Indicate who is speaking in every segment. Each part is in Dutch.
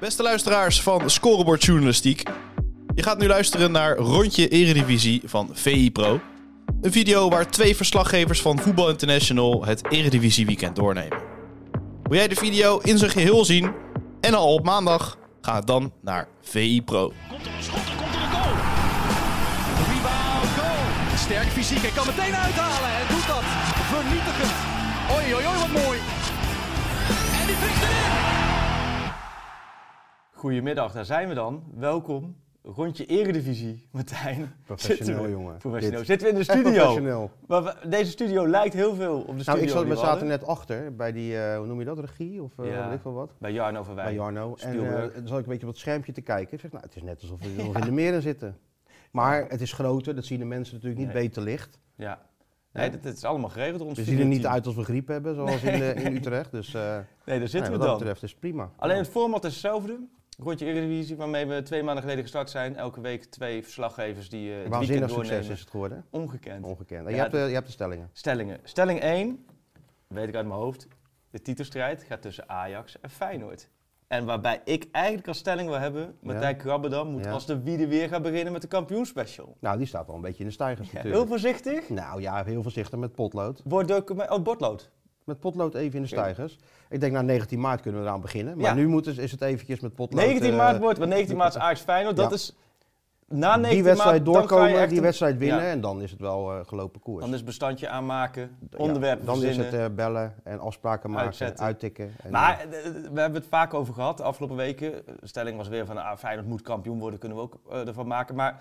Speaker 1: Beste luisteraars van Scorebord Journalistiek. Je gaat nu luisteren naar Rondje Eredivisie van VI Pro. Een video waar twee verslaggevers van Voetbal International het Eredivisie Weekend doornemen. Wil jij de video in zijn geheel zien en al op maandag? Ga dan naar VI Pro.
Speaker 2: Komt er een schot, er komt er een goal. Rebound, goal.
Speaker 3: Sterk fysiek, hij kan meteen uithalen en doet dat. Vernietigend. Oei, oei, oei, wat mooi.
Speaker 2: En die vliegt erin.
Speaker 4: Goedemiddag, daar zijn we dan. Welkom. Rondje Eredivisie, Martijn.
Speaker 5: Professioneel,
Speaker 4: Zitten we-
Speaker 5: jongen.
Speaker 4: Professioneel.
Speaker 5: Dit-
Speaker 4: Zitten we in de
Speaker 5: Echt
Speaker 4: studio.
Speaker 5: professioneel.
Speaker 4: Maar we- deze studio lijkt heel veel op de studio
Speaker 5: Nou, ik zat,
Speaker 4: die we
Speaker 5: we zaten
Speaker 4: hadden.
Speaker 5: net achter bij die, eh, hoe noem je dat, regie of eh,
Speaker 4: Ja.
Speaker 5: weet ik veel wat,
Speaker 4: Bij Jarno van Wijn.
Speaker 5: bij Jarno. En eh,
Speaker 4: Spielberg.
Speaker 5: dan zat ik een beetje op het schermpje te kijken. Ik zeg, nou, het is net alsof we nog in de meren zitten. Maar het is groter, dat zien de mensen natuurlijk niet
Speaker 4: Nee.
Speaker 5: beter licht.
Speaker 4: Ja. Nee, dat, dat is allemaal geregeld. Ons
Speaker 5: We zien er niet
Speaker 4: studioteam.
Speaker 5: uit als we griep hebben, zoals in, eh, in Utrecht. Dus eh,
Speaker 4: Nee, daar
Speaker 5: nou,
Speaker 4: zitten
Speaker 5: wat
Speaker 4: we
Speaker 5: dat
Speaker 4: dan.
Speaker 5: betreft is het prima.
Speaker 4: Alleen het format is hetzelfde. Rondje Eredivisie, waarmee we twee maanden geleden gestart zijn. Elke week twee verslaggevers die eh het
Speaker 5: Waanzinnig
Speaker 4: weekend
Speaker 5: succes
Speaker 4: doornemen.
Speaker 5: is het geworden.
Speaker 4: Ongekend.
Speaker 5: Ongekend. En
Speaker 4: Ja,
Speaker 5: je, hebt,
Speaker 4: dat-
Speaker 5: de- je hebt de stellingen.
Speaker 4: Stellingen. Stelling 1, weet ik uit mijn hoofd, de titelstrijd gaat tussen Ajax en Feyenoord. En waarbij ik eigenlijk als stelling wil hebben, Martijn Krabbedam moet
Speaker 5: Ja.
Speaker 4: als de wiede weer gaan beginnen met de kampioenspecial.
Speaker 5: Nou, die staat al een beetje in de stijgers
Speaker 4: Ja, heel
Speaker 5: natuurlijk.
Speaker 4: voorzichtig.
Speaker 5: Nou ja, heel voorzichtig met potlood.
Speaker 4: Wordt document... Oh, bordlood.
Speaker 5: Met potlood even in de
Speaker 4: Oké.
Speaker 5: stijgers. Ik denk, nou 19 maart kunnen we eraan beginnen. Maar
Speaker 4: Ja.
Speaker 5: nu moeten, is het eventjes met potlood...
Speaker 4: 19
Speaker 5: eh,
Speaker 4: maart wordt, want 19 maart is Ajax Feyenoord. Dat
Speaker 5: Ja.
Speaker 4: is na 19
Speaker 5: die wedstrijd
Speaker 4: maart, dan ga je
Speaker 5: doorkomen,
Speaker 4: echt
Speaker 5: die
Speaker 4: een-
Speaker 5: wedstrijd winnen
Speaker 4: Ja.
Speaker 5: en dan is het wel eh, gelopen koers.
Speaker 4: Dan is bestandje aanmaken,
Speaker 5: Ja,
Speaker 4: onderwerpen
Speaker 5: Dan is
Speaker 4: verzinnen.
Speaker 5: het eh, bellen en afspraken maken,
Speaker 4: Uitzetten.
Speaker 5: uittikken. En,
Speaker 4: Maar
Speaker 5: eh,
Speaker 4: eh, eh, we hebben het vaak over gehad de afgelopen weken. eh, De stelling was weer van ah, Feyenoord moet kampioen worden, kunnen we ook eh, ervan maken. Maar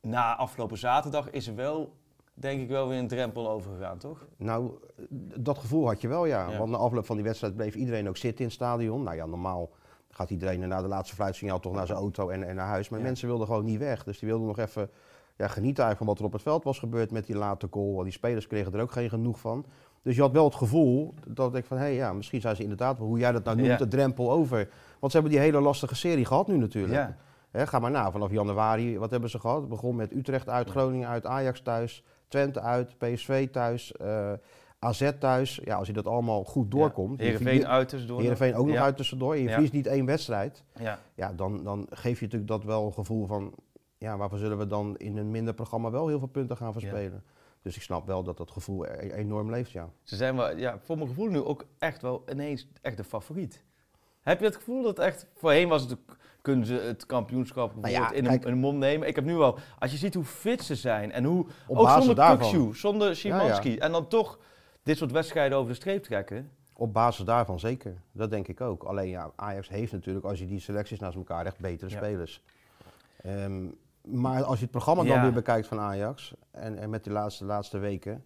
Speaker 4: na afgelopen zaterdag is er wel, denk ik, wel weer een drempel overgegaan, toch?
Speaker 5: nou, eh, dat gevoel had je wel, ja.
Speaker 4: Ja.
Speaker 5: Want na afloop van die wedstrijd bleef iedereen ook zitten in het stadion. Nou ja, normaal gaat iedereen na de laatste fluitsignaal toch naar zijn auto en, en naar huis. Maar
Speaker 4: Ja.
Speaker 5: mensen wilden gewoon niet weg. Dus die wilden nog even ja, genieten eigenlijk van wat er op het veld was gebeurd met die late goal. Want Die spelers kregen er ook geen genoeg van. Dus je had wel het gevoel dat ik van, hé ja, misschien zijn ze inderdaad, hoe jij dat nou noemt,
Speaker 4: Ja.
Speaker 5: de drempel over. Want ze hebben die hele lastige serie gehad nu natuurlijk. Hè, ga maar na, vanaf januari, wat hebben ze gehad? Het begon met Utrecht uit, Groningen uit, Ajax thuis, Twente uit, PSV thuis, eh, AZ thuis. Ja, als je dat allemaal goed doorkomt. je
Speaker 4: Heerenveen
Speaker 5: verlie-
Speaker 4: uit dus door.
Speaker 5: Heerenveen ook nog
Speaker 4: Ja.
Speaker 5: uit tussendoor. Je
Speaker 4: Ja.
Speaker 5: verliest niet één wedstrijd.
Speaker 4: Ja.
Speaker 5: Ja, dan, dan geef je natuurlijk dat wel een gevoel van... Ja, waarvoor zullen we dan in een minder programma wel heel veel punten gaan verspelen? Dus ik snap wel dat dat gevoel e- enorm leeft, ja.
Speaker 4: Ze zijn wel, ja, voor mijn gevoel nu ook echt wel ineens echt de favoriet. Heb je het gevoel dat echt, voorheen was het, kunnen ze het kampioenschap bijvoorbeeld in,
Speaker 5: Nou kijk-
Speaker 4: een, in een mond nemen. Ik heb nu al, als je ziet hoe fit ze zijn en hoe,
Speaker 5: Op
Speaker 4: ook
Speaker 5: basis
Speaker 4: zonder
Speaker 5: daarvan.
Speaker 4: Kukçu, zonder Szymanski. En dan toch dit soort wedstrijden over de streep trekken.
Speaker 5: Op basis daarvan zeker. Dat denk ik ook. Alleen ja, Ajax heeft natuurlijk, als je die selecties naast elkaar legt, betere
Speaker 4: Ja.
Speaker 5: spelers. Ehm, maar als je het programma
Speaker 4: Ja.
Speaker 5: dan weer bekijkt van Ajax, en, en met die laatste, laatste weken,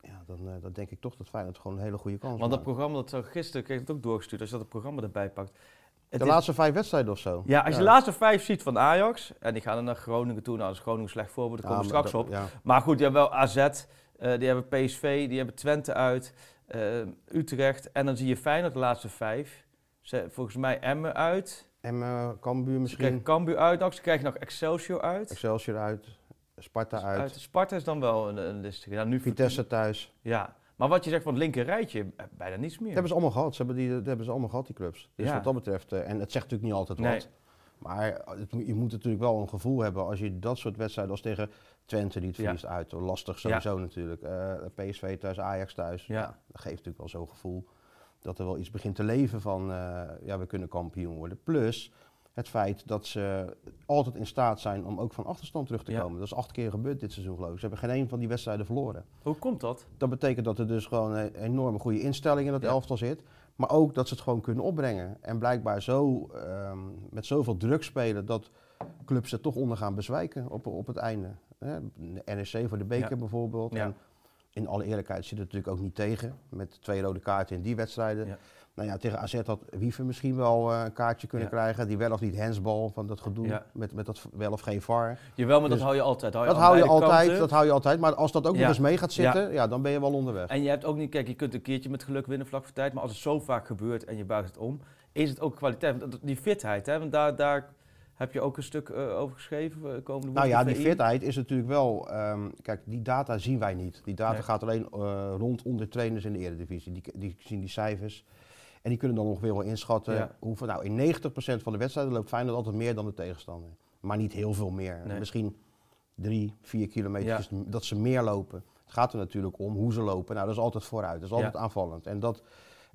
Speaker 5: ja, dan, eh, dan denk ik toch dat Feyenoord gewoon een hele goede kans
Speaker 4: Want dat
Speaker 5: maakt.
Speaker 4: programma, dat zag ik gisteren, kreeg ik het ook doorgestuurd, als je dat het programma erbij pakt. Het
Speaker 5: De
Speaker 4: is-
Speaker 5: laatste vijf wedstrijden of zo.
Speaker 4: ja, als je de laatste vijf ziet van Ajax, en die gaan dan naar Groningen toe, nou als Groningen slecht voorbeeld, daar komen we
Speaker 5: maar
Speaker 4: straks
Speaker 5: dat-
Speaker 4: op.
Speaker 5: ja.
Speaker 4: Maar goed, die hebben wel AZ, eh, die hebben PSV, die hebben Twente uit, eh, Utrecht. En dan zie je Feyenoord de laatste vijf. Ze, volgens mij Emmen uit.
Speaker 5: En eh, Cambuur
Speaker 4: Ze krijgen
Speaker 5: misschien,
Speaker 4: Cambuur uit. Nog, ze krijgen nog Excelsior uit. Dus
Speaker 5: Excelsior uit, Sparta uit,
Speaker 4: Sparta is dan wel een, een listige. Nou, nu
Speaker 5: Vitesse thuis.
Speaker 4: Ja. Maar wat je zegt van het linker rijtje, eh, bijna niets meer.
Speaker 5: Dat hebben ze allemaal gehad. Ze hebben die, dat hebben ze allemaal gehad, die clubs. Dus
Speaker 4: Ja.
Speaker 5: wat dat betreft, eh, en het zegt natuurlijk niet altijd
Speaker 4: Nee.
Speaker 5: wat. Maar het- je moet natuurlijk wel een gevoel hebben als je dat soort wedstrijden als tegen Twente die het
Speaker 4: Ja.
Speaker 5: verliest uit. Lastig
Speaker 4: Ja.
Speaker 5: sowieso natuurlijk. Eh, PSV thuis, Ajax thuis.
Speaker 4: Ja.
Speaker 5: dat geeft natuurlijk wel zo'n gevoel dat er wel iets begint te leven van eh, ja, we kunnen kampioen worden. Plus het feit dat ze altijd in staat zijn om ook van achterstand terug te
Speaker 4: Ja.
Speaker 5: komen. Dat is acht keer gebeurd dit seizoen geloof ik. Ze hebben geen een van die wedstrijden verloren.
Speaker 4: Hoe komt dat?
Speaker 5: Dat betekent dat er dus gewoon een enorme goede instelling in dat
Speaker 4: Ja.
Speaker 5: elftal zit. Maar ook dat ze het gewoon kunnen opbrengen. En blijkbaar zo, ehm, met zoveel druk spelen dat clubs er toch onder gaan bezwijken op, op het einde. Hè, de NEC voor de beker
Speaker 4: Ja.
Speaker 5: bijvoorbeeld.
Speaker 4: Ja.
Speaker 5: En in alle eerlijkheid zit het natuurlijk ook niet tegen. Met twee rode kaarten in die wedstrijden.
Speaker 4: Ja.
Speaker 5: Nou ja, tegen AZ had Wiever misschien wel eh, een kaartje kunnen
Speaker 4: Ja.
Speaker 5: krijgen. Die wel of niet handsbal van dat gedoe.
Speaker 4: Ja.
Speaker 5: Met, met dat wel of geen VAR.
Speaker 4: Jawel, maar dat
Speaker 5: Dus
Speaker 4: hou je altijd.
Speaker 5: Dat
Speaker 4: aan
Speaker 5: hou, je
Speaker 4: beide
Speaker 5: altijd,
Speaker 4: kanten.
Speaker 5: dat hou je altijd. Maar als dat ook
Speaker 4: Ja.
Speaker 5: nog eens mee gaat
Speaker 4: Ja.
Speaker 5: zitten, ja, dan ben je wel onderweg.
Speaker 4: En je hebt ook niet, kijk, je kunt een keertje met geluk winnen vlak voor tijd, maar als het zo vaak gebeurt en je buigt het om, is het ook kwaliteit. Want dat- Die fitheid, hè, want daar, daar heb je ook een stuk eh, over geschreven eh, komende
Speaker 5: Nou ja,
Speaker 4: woensdag
Speaker 5: die
Speaker 4: VI.
Speaker 5: fitheid is natuurlijk wel. ehm, kijk, die data zien wij niet. Die data
Speaker 4: Nee.
Speaker 5: gaat alleen eh, rond onder trainers in de eredivisie. Die, die zien die cijfers. En die kunnen dan ongeveer wel inschatten
Speaker 4: Ja.
Speaker 5: hoeveel. Nou, in 90% van de wedstrijden loopt Feyenoord altijd meer dan de tegenstander. Maar niet heel veel meer.
Speaker 4: Nee.
Speaker 5: Misschien drie, vier kilometer dat ze meer lopen. Het gaat er natuurlijk om hoe ze lopen. Nou, dat is altijd vooruit. Dat is altijd
Speaker 4: Ja.
Speaker 5: aanvallend. En dat,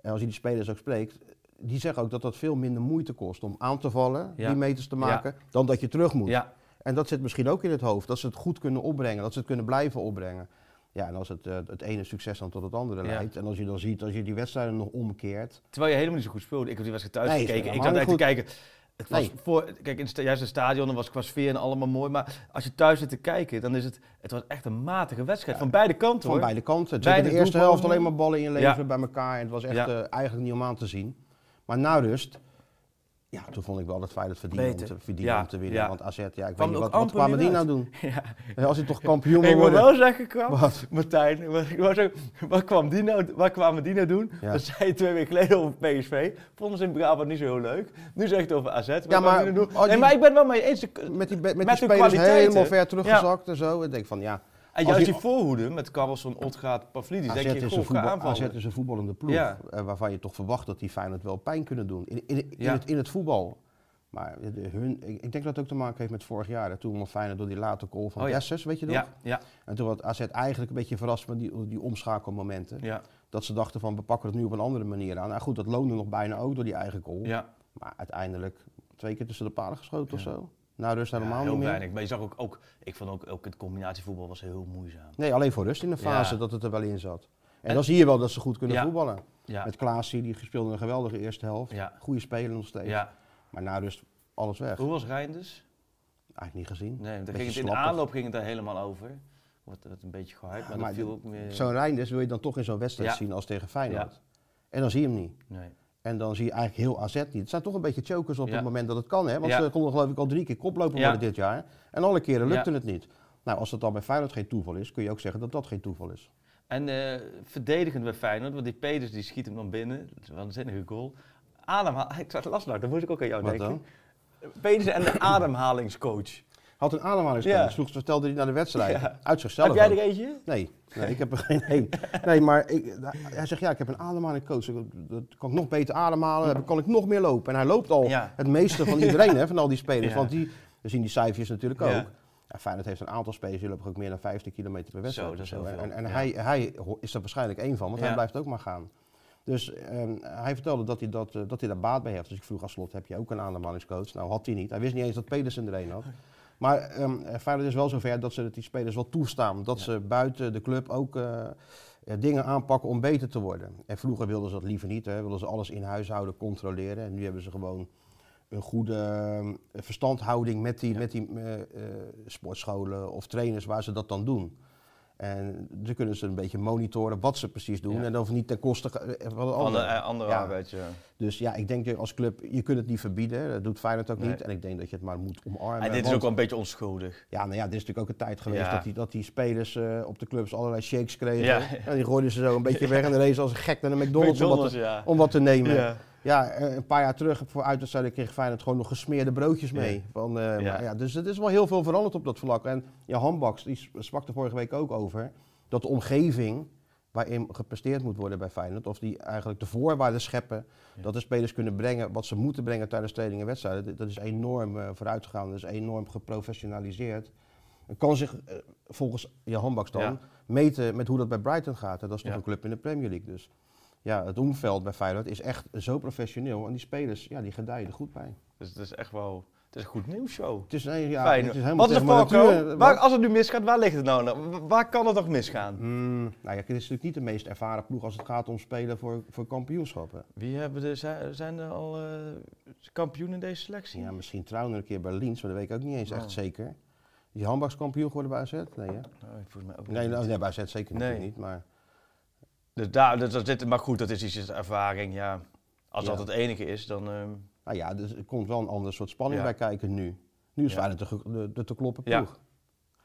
Speaker 5: en als je die spelers ook spreekt, die zeggen ook dat dat veel minder moeite kost om aan te vallen,
Speaker 4: Ja.
Speaker 5: die meters te maken, dan dat je terug moet.
Speaker 4: Ja,
Speaker 5: En dat zit misschien ook in het hoofd, dat ze het goed kunnen opbrengen, dat ze het kunnen blijven opbrengen. Ja, en als het, eh, het ene succes dan tot het andere
Speaker 4: Ja.
Speaker 5: leidt. En als je dan ziet, als je die wedstrijden nog omkeert.
Speaker 4: terwijl je helemaal niet zo goed speelde. Ik heb die wedstrijd thuis
Speaker 5: Nee, het
Speaker 4: gekeken. Ik
Speaker 5: speelde
Speaker 4: zat echt te kijken. Het was
Speaker 5: Nee.
Speaker 4: voor, kijk, in het sta- juist in het stadion dan was het qua sfeer en allemaal mooi. Maar als je thuis zit te kijken, dan is het, het was echt een matige wedstrijd.
Speaker 5: Ja.
Speaker 4: Van beide kanten
Speaker 5: Van
Speaker 4: hoor.
Speaker 5: beide kanten. Het
Speaker 4: Beide
Speaker 5: zit in de eerste helft
Speaker 4: doelpogingen.
Speaker 5: alleen maar ballen inleveren
Speaker 4: Ja.
Speaker 5: bij elkaar. En het was echt
Speaker 4: Ja.
Speaker 5: eh, eigenlijk niet om aan te zien. Maar na rust, ja, toen vond ik wel dat Feyenoord verdiende om
Speaker 4: Beter.
Speaker 5: te, verdiende
Speaker 4: Ja,
Speaker 5: om te winnen.
Speaker 4: ja.
Speaker 5: Want AZ, ja, ik
Speaker 4: Kwam
Speaker 5: weet niet,
Speaker 4: ook
Speaker 5: wat, wat
Speaker 4: amper
Speaker 5: kwamen
Speaker 4: meer
Speaker 5: die nou
Speaker 4: uit.
Speaker 5: doen?
Speaker 4: Ja.
Speaker 5: Ja, Als je toch kampioen wil
Speaker 4: Ik wil
Speaker 5: worden.
Speaker 4: wel zeggen, kwam,
Speaker 5: Wat?
Speaker 4: Martijn, wat, ik wou zeggen, wat, kwam die nou, wat kwamen die nou doen?
Speaker 5: Ja.
Speaker 4: Dat zei je twee weken geleden over PSV. Vonden ze in Brabant niet zo heel leuk. Nu zegt het over AZ. Wat kwamen
Speaker 5: maar-
Speaker 4: die nou doen?
Speaker 5: oh,
Speaker 4: nee,
Speaker 5: die-
Speaker 4: maar ik ben wel mee eens. de-
Speaker 5: Met die, be- met
Speaker 4: Met
Speaker 5: die
Speaker 4: hun
Speaker 5: spelers
Speaker 4: kwaliteiten.
Speaker 5: helemaal ver teruggezakt en zo. En ik denk van, ja,
Speaker 4: En
Speaker 5: Als
Speaker 4: juist
Speaker 5: je-
Speaker 4: die voorhoede met Karlsson, Otgaard, Pavlidis.
Speaker 5: AZ
Speaker 4: Denk je,
Speaker 5: is, een
Speaker 4: goh, ga
Speaker 5: voetbal, AZ
Speaker 4: aanvallen.
Speaker 5: is een voetballende ploeg.
Speaker 4: Ja.
Speaker 5: eh, waarvan je toch verwacht dat die Feyenoord wel pijn kunnen doen. In, in, in,
Speaker 4: Ja.
Speaker 5: het, in het voetbal. Maar de- hun, ik, ik denk dat het ook te maken heeft met vorig jaar. hè, Toen won Feyenoord door die late goal van
Speaker 4: Oh ja.
Speaker 5: Dessers, weet je nog?
Speaker 4: Ja, ja,
Speaker 5: En toen was AZ eigenlijk een beetje verrast van die, die omschakelmomenten.
Speaker 4: ja,
Speaker 5: Dat ze dachten van, we pakken het nu op een andere manier aan. Nou goed, dat loonde nog bijna ook door die eigen goal.
Speaker 4: ja.
Speaker 5: Maar uiteindelijk twee keer tussen de palen geschoten
Speaker 4: Ja.
Speaker 5: of zo. Nou, rust helemaal
Speaker 4: Ja,
Speaker 5: niet
Speaker 4: heel
Speaker 5: meer.
Speaker 4: weinig. Maar je zag ook, ook ik vond ook, ook het combinatievoetbal was heel moeizaam.
Speaker 5: Nee, alleen voor rust in de fase
Speaker 4: Ja.
Speaker 5: dat het er wel in zat. En,
Speaker 4: En-
Speaker 5: dan zie je wel dat ze goed kunnen
Speaker 4: Ja.
Speaker 5: voetballen.
Speaker 4: Ja,
Speaker 5: Met Klaasie, die speelde een geweldige eerste helft.
Speaker 4: Ja.
Speaker 5: Goede speler nog steeds.
Speaker 4: ja.
Speaker 5: Maar na rust alles weg.
Speaker 4: Hoe was Reinders?
Speaker 5: Eigenlijk niet gezien.
Speaker 4: Nee, daar
Speaker 5: Beetje
Speaker 4: ging het in de
Speaker 5: slappig.
Speaker 4: aanloop ging het daar helemaal over. Wordt wordt een beetje gehyped, maar
Speaker 5: maar
Speaker 4: dat viel ook meer...
Speaker 5: Zo'n Reinders wil je dan toch in zo'n wedstrijd
Speaker 4: Ja.
Speaker 5: zien als tegen Feyenoord. En dan zie je hem niet.
Speaker 4: Nee.
Speaker 5: En dan zie je eigenlijk heel AZ niet. Het zijn toch een beetje chokers op
Speaker 4: Ja.
Speaker 5: het moment dat het kan. Hè? Want
Speaker 4: Ja.
Speaker 5: ze konden geloof ik al drie keer koplopen
Speaker 4: Ja.
Speaker 5: worden dit jaar. En alle keren
Speaker 4: Ja.
Speaker 5: lukte het niet. Nou, als dat dan bij Feyenoord geen toeval is, kun je ook zeggen dat dat geen toeval is.
Speaker 4: En eh, verdedigend bij Feyenoord, want die Peters die schiet hem dan binnen. Dat is wel een zinnige goal. Ademhaling, ik zat last nou, dan moest ik ook aan jou
Speaker 5: Wat
Speaker 4: denken. Peters en de ademhalingscoach.
Speaker 5: Had een ademhalingscoach,
Speaker 4: Ja.
Speaker 5: vroeg vertelde hij naar de wedstrijd.
Speaker 4: Ja.
Speaker 5: Uit zichzelf.
Speaker 4: Heb jij
Speaker 5: ook.
Speaker 4: er eentje?
Speaker 5: Nee, nee, ik heb er geen één. Nee, maar ik, hij zegt ja, ik heb een ademhalingcoach. Ik- Dat kan ik nog beter ademhalen, dan kan ik nog meer lopen. En hij loopt al
Speaker 4: Ja.
Speaker 5: het meeste van iedereen, hè, van al die spelers.
Speaker 4: Ja.
Speaker 5: Want die, we zien die cijfers natuurlijk ook.
Speaker 4: Ja.
Speaker 5: Ja, Feyenoord heeft een aantal spelers, die lopen ook meer dan 15 kilometer per wedstrijd.
Speaker 4: Zo, dat is
Speaker 5: of
Speaker 4: heel veel,
Speaker 5: En, en
Speaker 4: ja.
Speaker 5: hij, hij ho- is er waarschijnlijk één van, want hij
Speaker 4: Ja.
Speaker 5: blijft ook maar gaan. Dus ehm, hij vertelde dat hij, dat, eh, dat hij daar baat bij heeft. Dus ik vroeg als slot, heb je ook een ademhalingscoach? Nou, had hij niet. Hij wist niet eens dat Pedersen er een had. Maar ehm eh, Feyenoord is wel zover dat ze het die spelers wel toestaan. Dat ze buiten de club ook eh, eh, dingen aanpakken om beter te worden. En vroeger wilden ze dat liever niet. Hè. Wilden ze alles in huis houden, controleren. En nu hebben ze gewoon een goede ehm, verstandhouding met die, met die eh, eh, sportscholen of trainers waar ze dat dan doen. En ze kunnen ze een beetje monitoren wat ze precies doen.
Speaker 4: Ja.
Speaker 5: En dan hoeft niet ten koste ge- eh, van de
Speaker 4: Van de
Speaker 5: ander.
Speaker 4: eh, andere
Speaker 5: Ja.
Speaker 4: arbeid, ja.
Speaker 5: Dus ja, ik denk dat je als club, je kunt het niet verbieden. hè. Dat doet Feyenoord ook
Speaker 4: Nee.
Speaker 5: niet. En ik denk dat je het maar moet omarmen.
Speaker 4: En dit is
Speaker 5: want-
Speaker 4: ook wel een beetje onschuldig.
Speaker 5: ja, nou ja, dit is natuurlijk ook een tijd geweest
Speaker 4: Ja.
Speaker 5: dat, die, dat die spelers eh, op de clubs allerlei shakes kregen.
Speaker 4: Ja.
Speaker 5: En die gooiden ze zo een beetje weg en de race als een gek naar de McDonald's, om, wat te,
Speaker 4: ja.
Speaker 5: om wat te nemen. Ja,
Speaker 4: Ja.
Speaker 5: eh, een paar jaar terug voor uitwedstrijden kreeg Feyenoord gewoon nog gesmeerde broodjes mee.
Speaker 4: Ja.
Speaker 5: Van, eh,
Speaker 4: Ja.
Speaker 5: maar ja, dus het is wel heel veel veranderd op dat vlak. En ja, Hambaks, die sprak er vorige week ook over, dat de omgeving waarin gepresteerd moet worden bij Feyenoord, of die eigenlijk de voorwaarden scheppen
Speaker 4: Ja.
Speaker 5: dat de spelers kunnen brengen wat ze moeten brengen tijdens trainingen en wedstrijden. Dat- Dat is enorm eh, vooruitgegaan, dat is enorm geprofessionaliseerd. Het kan zich eh, volgens je handbaks dan
Speaker 4: Ja.
Speaker 5: meten met hoe dat bij Brighton gaat. En dat is toch
Speaker 4: Ja.
Speaker 5: een club in de Premier League dus. Ja, het omveld bij Feyenoord is echt zo professioneel en die spelers, ja, die gedijen er goed bij.
Speaker 4: Dus het is echt wel... Het is een goed nieuwsshow.
Speaker 5: Het is, nee, ja,
Speaker 4: Fijn.
Speaker 5: het is helemaal
Speaker 4: Wat is er
Speaker 5: tegen mijn
Speaker 4: Falco?
Speaker 5: natuur. eh,
Speaker 4: Waar, als het nu misgaat, waar ligt het nou? nou? W- Waar kan het nog misgaan?
Speaker 5: Hmm, nou ja, het is natuurlijk niet de meest ervaren ploeg als het gaat om spelen voor, voor kampioenschappen.
Speaker 4: Wie hebben de, zi- zijn er al eh, kampioen in deze selectie?
Speaker 5: Ja, misschien trouwen een keer bij Liens, maar dat weet ik ook niet eens
Speaker 4: Oh.
Speaker 5: echt zeker. Die handbaks kampioen geworden bij AZ? Nee, hè?
Speaker 4: Nou, volgens mij ook
Speaker 5: Nee,
Speaker 4: niet.
Speaker 5: nou, nee, bij AZ zeker
Speaker 4: Nee.
Speaker 5: natuurlijk niet. Maar
Speaker 4: Dus daar, dat, dat zit, maar goed, dat is iets is ervaring. Ja. Als
Speaker 5: Ja.
Speaker 4: dat het enige is, dan. ehm,
Speaker 5: nou ja, dus er komt wel een ander soort spanning
Speaker 4: Ja.
Speaker 5: bij kijken nu. Nu is
Speaker 4: Ja.
Speaker 5: Feyenoord de, ge- de, de te kloppen
Speaker 4: Ja.
Speaker 5: ploeg.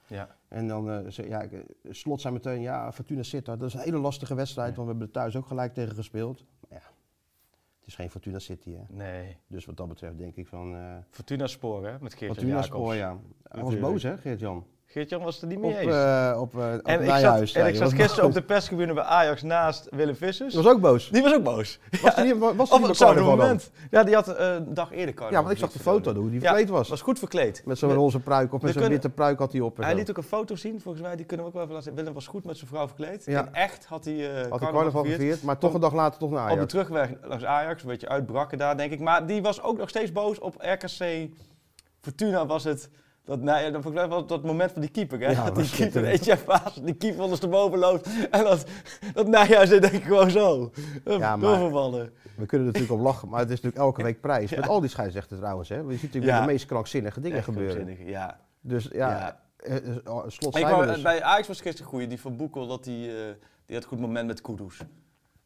Speaker 4: ja.
Speaker 5: En dan eh, ze- ja, ik- eh, slot zijn meteen, ja, Fortuna Sittard. Dat is een hele lastige wedstrijd,
Speaker 4: Ja.
Speaker 5: want we hebben er thuis ook gelijk tegen gespeeld. Maar ja, het is geen Fortuna City, hè.
Speaker 4: Nee.
Speaker 5: Dus wat dat betreft denk ik van... eh
Speaker 4: Fortuna Spoor, hè? Met Geert
Speaker 5: Fortuna
Speaker 4: Jacobs.
Speaker 5: Spoor, ja. Hij was
Speaker 4: Natuurlijk.
Speaker 5: boos, hè, Geert-Jan?
Speaker 4: Geert-Jan was het er niet
Speaker 5: Op,
Speaker 4: mee eens.
Speaker 5: eh op, eh op
Speaker 4: en ik
Speaker 5: Nijhuis.
Speaker 4: zat, en
Speaker 5: zei
Speaker 4: ik
Speaker 5: je.
Speaker 4: zat
Speaker 5: Was-
Speaker 4: gisteren op de perscabine bij Ajax naast Willem Vissers.
Speaker 5: Die was ook boos.
Speaker 4: Die was ook boos.
Speaker 5: Was die, was die
Speaker 4: Op
Speaker 5: bij
Speaker 4: hetzelfde
Speaker 5: carnaval dan?
Speaker 4: moment. Ja, die had eh, een dag eerder carnaval.
Speaker 5: Ja, want ik zag de foto hoe die
Speaker 4: Ja,
Speaker 5: verkleed was.
Speaker 4: was goed verkleed.
Speaker 5: Met zo'n
Speaker 4: Met-
Speaker 5: roze pruik of
Speaker 4: we
Speaker 5: met zo'n
Speaker 4: kunnen-
Speaker 5: witte pruik had hij op. en
Speaker 4: Hij
Speaker 5: zo.
Speaker 4: liet ook een foto zien, volgens mij, die kunnen we ook wel even laten zien. Willem was goed met zijn vrouw verkleed.
Speaker 5: Ja.
Speaker 4: In echt had hij, eh
Speaker 5: Had hij
Speaker 4: carnaval
Speaker 5: carnaval
Speaker 4: gevierd.
Speaker 5: gevierd, maar toch een dag later toch naar
Speaker 4: Op de
Speaker 5: Ajax.
Speaker 4: terugweg langs Ajax, een beetje uitbrakken daar, denk ik. Maar die was ook nog steeds boos op RKC. Fortuna was het. Dat, nou ja, dat, volgens mij was het dat moment van die keeper, hè? dat die
Speaker 5: Ja, was
Speaker 4: keeper, weet
Speaker 5: schitterend.
Speaker 4: je, Vaas, die keeper ondersteboven loopt. En dat, dat najaar zit denk ik gewoon zo. eh,
Speaker 5: Ja, maar-
Speaker 4: Doorvervallen.
Speaker 5: We kunnen er natuurlijk op lachen, maar het is natuurlijk elke week prijs. Met al die scheidsrechten trouwens, hè. Want Je ziet natuurlijk
Speaker 4: Ja.
Speaker 5: weer de meest krankzinnige dingen
Speaker 4: Echt
Speaker 5: gebeuren.
Speaker 4: krankzinnig, Ja.
Speaker 5: Dus ja, eh, eh, oh, slot
Speaker 4: Ik
Speaker 5: zijn
Speaker 4: wou-
Speaker 5: we dus.
Speaker 4: bij Ajax was gisteren goeie, die Van Boekel, dat die, eh, die had een goed moment met Kudus.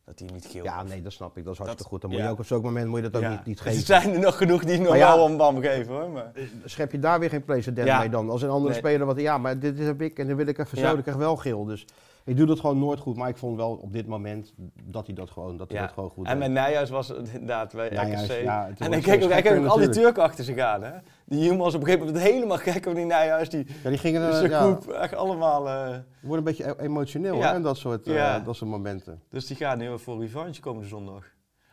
Speaker 4: Dat hij hem niet geel
Speaker 5: Ja, nee, dat snap ik. Dat is hartstikke goed. Dan moet
Speaker 4: ja.
Speaker 5: je ook op zo'n moment moet je dat ook
Speaker 4: Ja. Dus
Speaker 5: niet, niet
Speaker 4: Er
Speaker 5: geven.
Speaker 4: zijn er nog genoeg die nog
Speaker 5: Maar ja.
Speaker 4: wel een bam geven hoor. Maar.
Speaker 5: Schep je daar weer geen precedent
Speaker 4: Ja.
Speaker 5: mee dan? Als een andere
Speaker 4: Nee.
Speaker 5: speler wat, ja, maar dit heb ik en dan wil ik even
Speaker 4: Ja.
Speaker 5: zo, dan krijg ik wel geel. Dus ik doe dat gewoon nooit goed. Maar ik vond wel op dit moment dat hij dat gewoon, dat hij dat gewoon goed
Speaker 4: en
Speaker 5: deed.
Speaker 4: met Nijhuis was het inderdaad bij
Speaker 5: Nijhuis,
Speaker 4: RKC.
Speaker 5: ja, het
Speaker 4: en
Speaker 5: was
Speaker 4: ik kijk ook, hij
Speaker 5: schitterend
Speaker 4: keek ook al die
Speaker 5: natuurlijk.
Speaker 4: Turken achter zich aan. Hè? Die Hume was op een gegeven moment helemaal gek op die Nijhuis. Die
Speaker 5: Ja, die gingen
Speaker 4: dus
Speaker 5: er, ja,
Speaker 4: koep, echt allemaal. eh,
Speaker 5: worden een beetje e- emotioneel
Speaker 4: Ja.
Speaker 5: hè, en dat soort, eh,
Speaker 4: Ja.
Speaker 5: dat soort momenten.
Speaker 4: dus die gaan nu weer voor revanche komende zondag.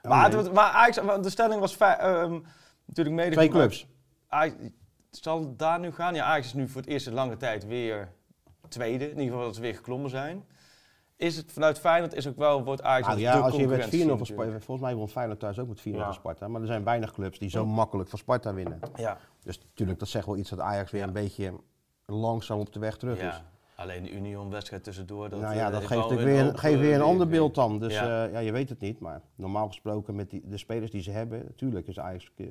Speaker 5: Ja,
Speaker 4: maar,
Speaker 5: Oh, nee.
Speaker 4: het wordt- maar Ajax, maar de stelling was fi- ehm, natuurlijk mede.
Speaker 5: Twee clubs.
Speaker 4: Ajax, zal het daar nu gaan? Ja, Ajax is nu voor het eerst in lange tijd weer tweede. In ieder geval dat ze weer geklommen zijn. Is het vanuit Feyenoord is ook wel, wordt Ajax
Speaker 5: Nou
Speaker 4: als
Speaker 5: ja,
Speaker 4: de
Speaker 5: als je met 4-0
Speaker 4: concurrentie
Speaker 5: van Sparta,
Speaker 4: natuurlijk.
Speaker 5: volgens mij won Feyenoord thuis ook met 4-0
Speaker 4: Ja.
Speaker 5: van Sparta. Maar er zijn weinig clubs die zo makkelijk van Sparta winnen.
Speaker 4: Ja.
Speaker 5: Dus natuurlijk, dat zegt wel iets dat Ajax weer een beetje langzaam op de weg terug is.
Speaker 4: Ja, alleen de Union-wedstrijd tussendoor. Dat,
Speaker 5: Dus- nou ja,
Speaker 4: eh,
Speaker 5: dat
Speaker 4: ik
Speaker 5: geeft
Speaker 4: wou
Speaker 5: natuurlijk weer,
Speaker 4: hoop,
Speaker 5: geeft
Speaker 4: eh,
Speaker 5: weer een
Speaker 4: weer-
Speaker 5: ander
Speaker 4: weer-
Speaker 5: beeld dan. Dus
Speaker 4: Ja.
Speaker 5: ja. ja, je weet het niet. Maar normaal gesproken met die, de spelers die ze hebben, natuurlijk is Ajax eh,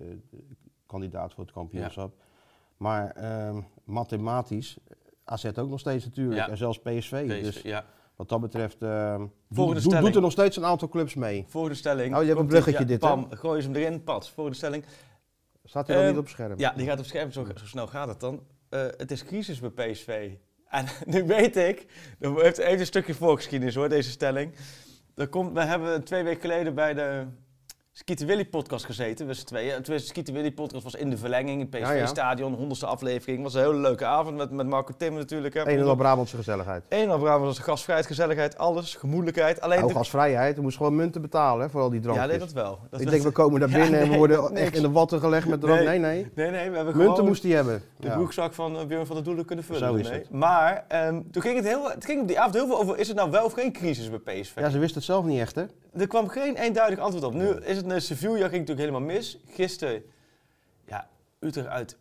Speaker 5: kandidaat voor het kampioenschap. Maar ehm, mathematisch, AZ ook nog steeds natuurlijk.
Speaker 4: Ja.
Speaker 5: En zelfs PSV.
Speaker 4: PSV,
Speaker 5: Dus
Speaker 4: ja.
Speaker 5: wat dat betreft ehm, doe-
Speaker 4: Volgende
Speaker 5: doe-
Speaker 4: stelling.
Speaker 5: doet er nog steeds een aantal clubs mee.
Speaker 4: Volgende stelling.
Speaker 5: Oh, je hebt een
Speaker 4: komt
Speaker 5: bruggetje
Speaker 4: ja,
Speaker 5: dit, hè?
Speaker 4: Pam, gooi eens hem erin. Pats, volgende stelling.
Speaker 5: Staat hij dan
Speaker 4: Ehm,
Speaker 5: niet op scherm?
Speaker 4: Ja, die gaat op scherm. Zo, zo snel gaat het dan. Eh, het is crisis bij PSV. En nu weet ik, er heeft even een stukje voorgeschiedenis hoor, deze stelling. Er komt, we hebben twee weken geleden bij de Skeeter Willy podcast gezeten, we z'n tweeën. Tenminste, de Skeeter Willy podcast was in de verlenging, in het
Speaker 5: Ja, ja.
Speaker 4: PSV-stadion, honderdste aflevering. was een hele leuke avond met, met Marco Timmer natuurlijk. hè.
Speaker 5: Een en al Brabantse gezelligheid.
Speaker 4: Eén op raam was de gastvrijheid, gezelligheid, alles, gemoedelijkheid. Alleen
Speaker 5: Ook
Speaker 4: de-
Speaker 5: als vrijheid. Je moest gewoon munten betalen hè, voor al die drankjes.
Speaker 4: Ja, nee, dat wel. Dat
Speaker 5: ik
Speaker 4: wel.
Speaker 5: denk, we komen daar binnen
Speaker 4: Ja,
Speaker 5: en we
Speaker 4: nee,
Speaker 5: worden
Speaker 4: dat
Speaker 5: echt
Speaker 4: niks.
Speaker 5: in de watten gelegd met drank.
Speaker 4: Nee.
Speaker 5: Nee, nee.
Speaker 4: Nee, nee, we hebben
Speaker 5: Munten
Speaker 4: gewoon
Speaker 5: moest hij hebben.
Speaker 4: de
Speaker 5: Ja.
Speaker 4: broekzak van eh, Björn van der Doelen kunnen vullen.
Speaker 5: Zo is
Speaker 4: ermee.
Speaker 5: het.
Speaker 4: Maar ehm, toen ging het, heel, het ging op die avond heel veel over, is het nou wel of geen crisis bij PSV?
Speaker 5: Ja, ze wist het zelf niet echt, hè?
Speaker 4: Er kwam geen eenduidig antwoord op. Nu is het een Sevilla, ging natuurlijk helemaal mis. Gisteren, ja, Utrecht uit,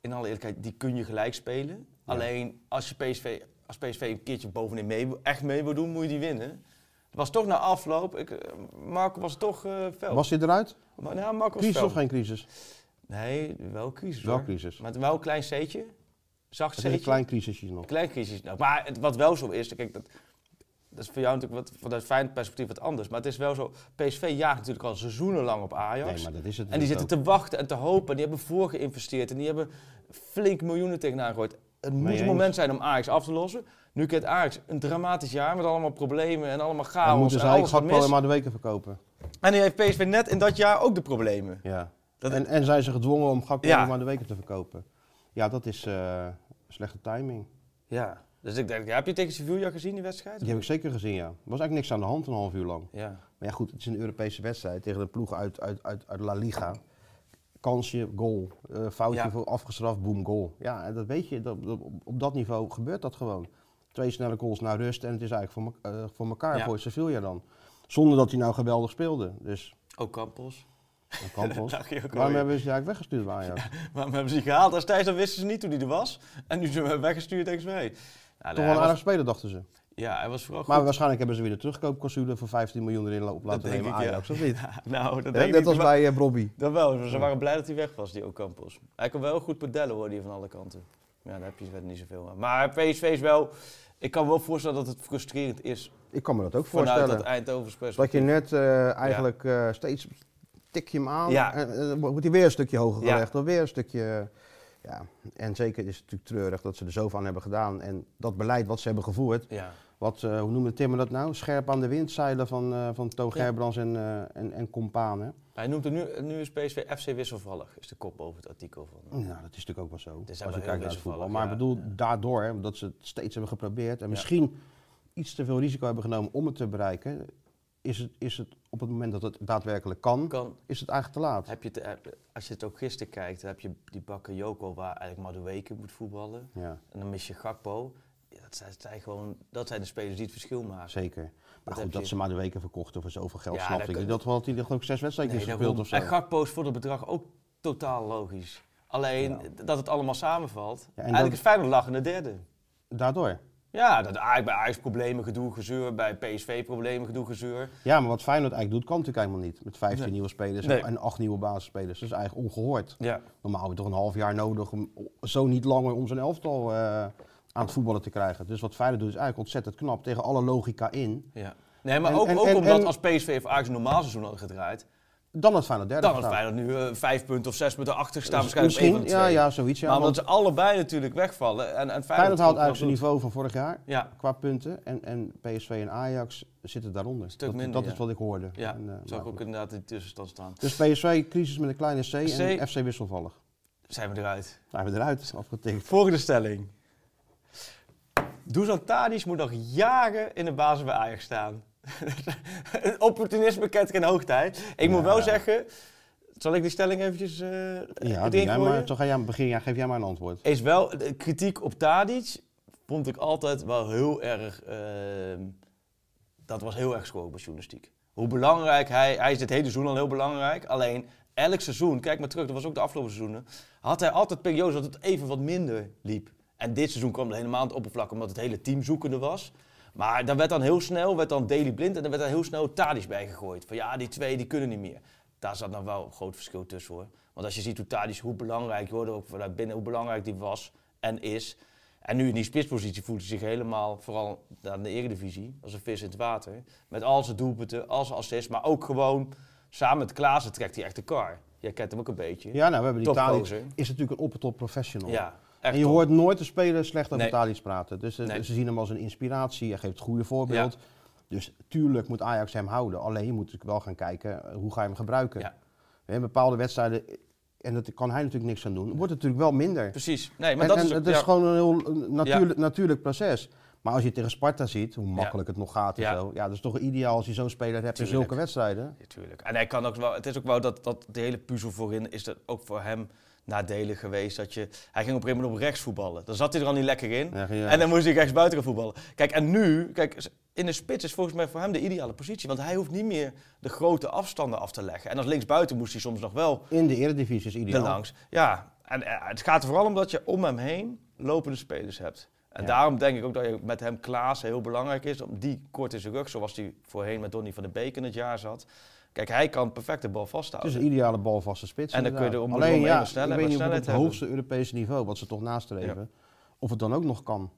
Speaker 4: in alle eerlijkheid, die kun je gelijk spelen. Alleen als je PSV, als PSV een keertje bovenin mee, wil- echt mee wil doen, moet je die winnen. Het was toch na afloop, ik, eh, Marco was toch eh fel.
Speaker 5: Was hij eruit?
Speaker 4: Maar, nou, Marco was
Speaker 5: Crisis
Speaker 4: fel.
Speaker 5: of geen crisis?
Speaker 4: Nee, wel crisis
Speaker 5: Wel
Speaker 4: hoor.
Speaker 5: crisis.
Speaker 4: Maar het wel een klein C'tje. Zacht
Speaker 5: Het
Speaker 4: C'tje.
Speaker 5: is een klein crisisje nog.
Speaker 4: Klein crisis. Nou, maar het, wat wel zo is, kijk, dat, dat is voor jou natuurlijk wat, vanuit fijn perspectief wat anders. Maar het is wel zo, PSV jaagt natuurlijk al seizoenenlang op Ajax.
Speaker 5: Nee, maar dat is het.
Speaker 4: en die zitten te wachten en te hopen. En die hebben voorgeïnvesteerd en die hebben flink miljoenen tegenaan gegooid. Het moet
Speaker 5: eens.
Speaker 4: een moment zijn om Ajax af te lossen. Nu kent Ajax een dramatisch jaar met allemaal problemen en allemaal chaos.
Speaker 5: Dan moeten
Speaker 4: en
Speaker 5: ze
Speaker 4: alles
Speaker 5: eigenlijk
Speaker 4: wat
Speaker 5: Gakpo en
Speaker 4: mis.
Speaker 5: Madueke verkopen.
Speaker 4: En nu heeft PSV net in dat jaar ook de problemen.
Speaker 5: Ja.
Speaker 4: Dat-
Speaker 5: En, en zijn ze gedwongen om Gakpo
Speaker 4: Ja.
Speaker 5: en Madueke te verkopen. Ja, dat is eh, slechte timing.
Speaker 4: Ja. Dus ik denk, ja, heb je tegen Sevilla gezien die wedstrijd?
Speaker 5: Die heb ik zeker gezien, ja. Er was eigenlijk niks aan de hand een half uur lang.
Speaker 4: Ja.
Speaker 5: Maar ja, goed, het is een Europese wedstrijd tegen een ploeg uit, uit, uit, uit La Liga. Kansje, goal. Eh, foutje
Speaker 4: Ja.
Speaker 5: voor afgestraft, boom, goal. Ja, en dat weet je, dat, dat- op, op dat niveau gebeurt dat gewoon. Twee snelle goals naar rust en het is eigenlijk voor, me- eh, voor elkaar,
Speaker 4: Ja.
Speaker 5: voor Sevilla dan. Zonder dat hij nou geweldig speelde. Dus,
Speaker 4: Ook Oh, Campos.
Speaker 5: dat kan pas.
Speaker 4: Dacht je ook alweer.
Speaker 5: Waarom hebben ze die eigenlijk weggestuurd bij Ajax?
Speaker 4: Waarom hebben ze die gehaald? Als Thijs, dan wisten ze niet hoe die er was. En nu zijn we weggestuurd, denken ze, hé. Nou, nou,
Speaker 5: Toch wel
Speaker 4: hij
Speaker 5: een
Speaker 4: was-
Speaker 5: aardig speler, dachten ze.
Speaker 4: Ja, hij was vooral
Speaker 5: Maar
Speaker 4: goed.
Speaker 5: waarschijnlijk hebben ze weer de terugkoopclausule voor 15 miljoen erin op laten nemen
Speaker 4: ja.
Speaker 5: Ajax, of niet?
Speaker 4: Ja, nou, dat
Speaker 5: Hè,
Speaker 4: denk ik
Speaker 5: Net
Speaker 4: niet,
Speaker 5: als
Speaker 4: maar-
Speaker 5: bij eh, Brobby.
Speaker 4: Dat wel, ze waren blij dat hij weg was, die Ocampos. Hij kon wel goed padellen, hoor, die van alle kanten. Ja, daar heb je verder niet zoveel aan. Maar PSV is wel... Ik kan me wel voorstellen dat het frustrerend is
Speaker 5: Ik kan me dat ook
Speaker 4: vanuit
Speaker 5: voorstellen.
Speaker 4: dat Eindhoven's
Speaker 5: Dat Dus je
Speaker 4: perspectief.
Speaker 5: net eh, eigenlijk eh, steeds tik je hem aan.
Speaker 4: Ja.
Speaker 5: En, eh, dan wordt hij weer een stukje hoger
Speaker 4: Ja.
Speaker 5: gelegd. Dan weer een stukje. Ja, en zeker is het natuurlijk treurig dat ze er zoveel aan hebben gedaan. En dat beleid wat ze hebben gevoerd,
Speaker 4: Ja.
Speaker 5: wat, eh, hoe noemde Timmer dat nou? Scherp aan de wind zeilen van, eh van Toon
Speaker 4: Ja.
Speaker 5: Gerbrands en, eh en, en companen.
Speaker 4: Hij noemt het nu, nu is PSV FC wisselvallig, is de kop boven het artikel van.
Speaker 5: Nou, dat is natuurlijk ook wel zo.
Speaker 4: zijn
Speaker 5: Als
Speaker 4: wel
Speaker 5: je
Speaker 4: heel
Speaker 5: kijkt naar het
Speaker 4: wisselvallig,
Speaker 5: voetbal. Maar ik
Speaker 4: ja.
Speaker 5: bedoel, daardoor, hè, omdat ze het steeds hebben geprobeerd en misschien iets te veel risico hebben genomen om het te bereiken, is het, is het op het moment dat het daadwerkelijk kan,
Speaker 4: Kan,
Speaker 5: is het eigenlijk te laat.
Speaker 4: heb je te- heb- als je het ook gisteren kijkt, dan heb je die bakken Joko waar eigenlijk Madueke moet voetballen.
Speaker 5: Ja,
Speaker 4: En dan mis je Gakpo. Ja, dat, zijn, dat zijn gewoon, dat zijn de spelers die het verschil maken.
Speaker 5: zeker. Maar
Speaker 4: heb
Speaker 5: goed,
Speaker 4: je.
Speaker 5: dat ze maar de weken verkochten voor zoveel geld,
Speaker 4: Ja,
Speaker 5: snap
Speaker 4: dat
Speaker 5: ik.
Speaker 4: kan-
Speaker 5: Dat had hij geloof ik zes wedstrijden
Speaker 4: Nee,
Speaker 5: gespeeld
Speaker 4: daarom.
Speaker 5: of zo.
Speaker 4: En Gakpo is voor dat bedrag ook totaal logisch. Alleen dat het allemaal samenvalt. Eigenlijk
Speaker 5: dat-
Speaker 4: is Feyenoord lachende derde.
Speaker 5: Daardoor.
Speaker 4: Ja, dat Ajax bij Ajax problemen, gedoe, gezeur. Bij PSV problemen, gedoe, gezeur.
Speaker 5: Ja, maar wat Feyenoord eigenlijk doet, kan natuurlijk helemaal niet. Met 15 nieuwe spelers
Speaker 4: Nee.
Speaker 5: en 8 nieuwe basisspelers. Dat is eigenlijk ongehoord.
Speaker 4: Ja.
Speaker 5: Normaal hebben we toch een half jaar nodig, om, zo niet langer, om zo'n elftal eh, aan het voetballen te krijgen. Dus wat Feyenoord doet is eigenlijk ontzettend knap, tegen alle logica in.
Speaker 4: ja. Nee, maar
Speaker 5: En-
Speaker 4: ook,
Speaker 5: en-
Speaker 4: ook
Speaker 5: en-
Speaker 4: omdat
Speaker 5: en-
Speaker 4: als PSV of Ajax een normaal seizoen hadden gedraaid,
Speaker 5: Dan had Feyenoord derde
Speaker 4: dan had
Speaker 5: gestaan.
Speaker 4: Feyenoord nu eh, vijf punten of zes punten achter staan.
Speaker 5: Dus
Speaker 4: waarschijnlijk op één van de
Speaker 5: misschien,
Speaker 4: twee.
Speaker 5: ja, ja, zoiets. Ja,
Speaker 4: maar
Speaker 5: want
Speaker 4: omdat ze allebei natuurlijk wegvallen. En, en Feyenoord,
Speaker 5: Feyenoord
Speaker 4: het
Speaker 5: haalt
Speaker 4: ook
Speaker 5: eigenlijk zijn
Speaker 4: wel
Speaker 5: niveau van vorig jaar
Speaker 4: doet. Ja,
Speaker 5: qua punten. En, en PSV en Ajax zitten daaronder.
Speaker 4: Stuk
Speaker 5: dat
Speaker 4: minder,
Speaker 5: dat
Speaker 4: ja.
Speaker 5: is wat ik hoorde.
Speaker 4: ja.
Speaker 5: En, eh, maar
Speaker 4: zag ik
Speaker 5: goed.
Speaker 4: ook inderdaad in de tussenstand staan.
Speaker 5: Dus PSV, crisis met een kleine C, en
Speaker 4: C.
Speaker 5: FC wisselvallig.
Speaker 4: Zijn we eruit.
Speaker 5: Zijn we eruit, afgetikt.
Speaker 4: Volgende stelling. Dusan Tadic moet nog jaren in de basis bij Ajax staan. Het opportunisme kent geen hoogtij. Ik moet
Speaker 5: Ja.
Speaker 4: wel zeggen... Zal ik die stelling eventjes eh
Speaker 5: Ja,
Speaker 4: het
Speaker 5: doe jij
Speaker 4: ingooien?
Speaker 5: maar, toch ga jij begin, ja, geef jij maar een antwoord.
Speaker 4: Is wel... De kritiek op Tadic vond ik altijd wel heel erg... ehm, dat was heel erg scoren bij journalistiek. Hoe belangrijk hij... Hij is dit hele seizoen al heel belangrijk. Alleen elk seizoen... Kijk maar terug, dat was ook de afgelopen seizoenen. Had hij altijd periodes dat het even wat minder liep. En dit seizoen kwam er helemaal aan het oppervlak... omdat het hele team zoekende was. Maar dan werd dan heel snel... werd dan Daily Blind en dan werd dan heel snel Tadic bijgegooid. Van ja, die twee die kunnen niet meer. Daar zat dan wel een groot verschil tussen hoor. Want als je ziet hoe Tadic, hoe belangrijk... Je hoorde ook vanuit binnen hoe belangrijk die was en is... En nu in die spitspositie voelt hij zich helemaal, vooral aan de Eredivisie, als een vis in het water. Met al zijn doelpunten, al zijn assists, maar ook gewoon samen met Klaassen trekt hij echt de kar. Jij kent hem ook een beetje.
Speaker 5: Ja, nou, we hebben die
Speaker 4: Top
Speaker 5: Tadic.
Speaker 4: gozer.
Speaker 5: Is natuurlijk een oppertop professional.
Speaker 4: Ja,
Speaker 5: En
Speaker 4: echt.
Speaker 5: je
Speaker 4: top.
Speaker 5: hoort nooit de speler slecht over
Speaker 4: Nee.
Speaker 5: Tadic praten. Dus eh,
Speaker 4: Nee.
Speaker 5: ze zien hem als een inspiratie. Hij geeft het goede voorbeeld. Dus tuurlijk moet Ajax hem houden. Alleen je moet natuurlijk wel gaan kijken eh, hoe ga je hem gebruiken.
Speaker 4: Ja.
Speaker 5: In bepaalde wedstrijden, eh, en daar kan hij natuurlijk niks aan doen, wordt het natuurlijk wel minder.
Speaker 4: Precies. Nee, maar
Speaker 5: en,
Speaker 4: dat
Speaker 5: en
Speaker 4: is,
Speaker 5: het
Speaker 4: ja.
Speaker 5: is gewoon een heel eh, natuurlijk, natuurlijk proces. Maar als je tegen Sparta ziet, hoe makkelijk het nog gaat en
Speaker 4: Ja.
Speaker 5: zo. Ja, dat is toch ideaal als je zo'n speler hebt in
Speaker 4: Tuurlijk.
Speaker 5: zulke wedstrijden.
Speaker 4: Natuurlijk. En hij kan ook wel, het is ook wel dat, dat de hele puzzel voorin is dat ook voor hem nadelig geweest. Dat je, hij ging op een gegeven moment op rechts voetballen. Dan zat hij er al niet lekker in.
Speaker 5: Ja, ja.
Speaker 4: En dan moest hij rechts buiten gaan voetballen. Kijk, en nu, kijk, in de spits is volgens mij voor hem de ideale positie. Want hij hoeft niet meer de grote afstanden af te leggen. En als linksbuiten moest hij soms nog wel
Speaker 5: In de eredivisie is ideaal.
Speaker 4: langs. Ja, en eh, het gaat er vooral om dat je om hem heen lopende spelers hebt. En
Speaker 5: Ja.
Speaker 4: daarom denk ik ook dat je met hem Klaas heel belangrijk is. Om die kort in zijn rug, zoals hij voorheen met Donny van der Beek in het jaar zat. Kijk, hij kan perfect de bal
Speaker 5: Het is
Speaker 4: vasthouden.
Speaker 5: een ideale balvaste spits.
Speaker 4: En dan kun je er om de
Speaker 5: Alleen
Speaker 4: ronde heen
Speaker 5: ja,
Speaker 4: wat sneller-
Speaker 5: ik weet
Speaker 4: wat
Speaker 5: niet of het
Speaker 4: snelheid
Speaker 5: op het
Speaker 4: hebben.
Speaker 5: hoogste Europese niveau, wat ze toch nastreven, of het dan ook nog kan.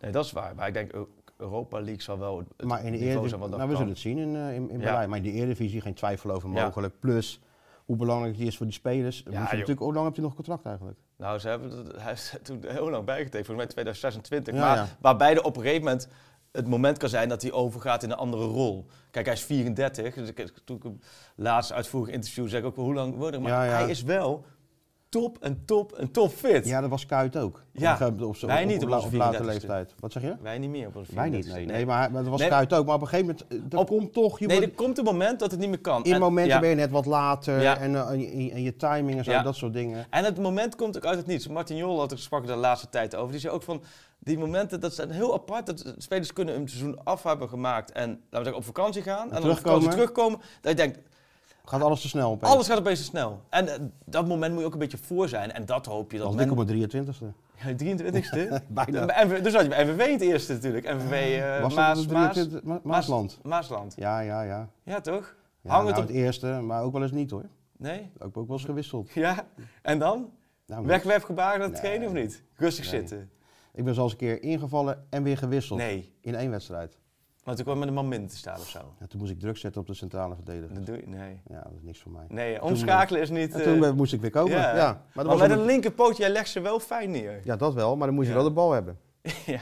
Speaker 4: Nee, dat is waar. Maar ik denk Eu- Europa League zal wel het het
Speaker 5: maar in de
Speaker 4: niveau
Speaker 5: Eredivisie,
Speaker 4: zijn wat dat
Speaker 5: nou, we
Speaker 4: kan.
Speaker 5: zullen het zien in, eh, in, in
Speaker 4: Ja.
Speaker 5: Berlijn. Maar in de Eredivisie geen twijfel over
Speaker 4: Ja.
Speaker 5: mogelijk. Plus hoe belangrijk die is voor die spelers. Moet je
Speaker 4: joh.
Speaker 5: natuurlijk, hoe lang heeft hij nog contract eigenlijk?
Speaker 4: Nou, ze hebben, het- hij heeft toen heel lang bijgetekend, volgens mij 2026.
Speaker 5: Ja,
Speaker 4: maar
Speaker 5: ja.
Speaker 4: waarbij er op een gegeven moment het moment kan zijn dat hij overgaat in een andere rol. Kijk, hij is 34. Dus ik, toen ik hem laatst uitvoerig interview zei ik ook wel hoe lang wordt hij. Maar
Speaker 5: Ja, ja.
Speaker 4: hij is wel top en top en top fit.
Speaker 5: Ja, dat was Kuit ook.
Speaker 4: Ja.
Speaker 5: Op een gegeven moment op, z'n-
Speaker 4: Wij
Speaker 5: op,
Speaker 4: niet
Speaker 5: op,
Speaker 4: op
Speaker 5: la-
Speaker 4: onze
Speaker 5: op late
Speaker 4: 34ste.
Speaker 5: leeftijd. Wat zeg je?
Speaker 4: Wij niet meer op onze
Speaker 5: Wij niet.
Speaker 4: 34ste.
Speaker 5: Nee, nee. maar hij- maar dat was
Speaker 4: Nee.
Speaker 5: Kuit ook. Maar op een gegeven moment, eh, er
Speaker 4: Op-
Speaker 5: komt toch... Je
Speaker 4: Nee,
Speaker 5: wordt-
Speaker 4: er komt een moment dat het niet meer kan.
Speaker 5: in
Speaker 4: En-
Speaker 5: momenten
Speaker 4: ja.
Speaker 5: ben je net wat later.
Speaker 4: Ja.
Speaker 5: En, eh, en je- en je timing en zo,
Speaker 4: Ja.
Speaker 5: dat soort dingen.
Speaker 4: En het moment komt ook uit het niets. Martin Jol had er sprak er de laatste tijd over. Die zei ook van, die momenten, dat zijn heel apart. Dat spelers kunnen een seizoen af hebben gemaakt en laten we zeggen, op vakantie gaan. En, dan op
Speaker 5: terugkomen.
Speaker 4: vakantie terugkomen. Dat je denkt,
Speaker 5: Gaat alles te snel opeens.
Speaker 4: alles gaat opeens te snel. En eh, dat moment moet je ook een beetje voor zijn. En dat hoop je. Dat
Speaker 5: Dat was
Speaker 4: men- Eh,
Speaker 5: dik op mijn 23ste.
Speaker 4: Ja, 23ste.
Speaker 5: Bijna.
Speaker 4: En we- Dus had je bij NVV het eerste natuurlijk. NVV eh,
Speaker 5: Was
Speaker 4: Maas,
Speaker 5: dat de
Speaker 4: Maas,
Speaker 5: 23 Ma- Maasland?
Speaker 4: Maasland.
Speaker 5: Ja, ja, ja.
Speaker 4: Ja, toch?
Speaker 5: ja
Speaker 4: Hang
Speaker 5: nou,
Speaker 4: het op... Hm.
Speaker 5: het eerste, maar ook wel eens niet hoor.
Speaker 4: Nee?
Speaker 5: Ook, ook wel eens gewisseld.
Speaker 4: Ja? En dan?
Speaker 5: Nou,
Speaker 4: Wegwerpgebaar dat hetgeen
Speaker 5: Nee.
Speaker 4: of niet? Rustig
Speaker 5: Nee.
Speaker 4: zitten.
Speaker 5: Ik ben zelfs een keer ingevallen en weer gewisseld.
Speaker 4: Nee.
Speaker 5: In één wedstrijd.
Speaker 4: Maar toen kwam met een man minder te staan of zo.
Speaker 5: Ja, toen moest ik druk zetten op de centrale verdediger.
Speaker 4: Dat doe je, nee.
Speaker 5: Ja, dat is niks voor mij.
Speaker 4: Nee, omschakelen is niet...
Speaker 5: En
Speaker 4: eh,
Speaker 5: toen eh, moest ik weer komen. Ja.
Speaker 4: Maar,
Speaker 5: Maar, dat was
Speaker 4: met
Speaker 5: om-
Speaker 4: een linkerpoot, jij legt ze wel fijn neer.
Speaker 5: ja, dat wel, maar dan moest je
Speaker 4: Ja.
Speaker 5: wel de bal hebben.
Speaker 4: ja.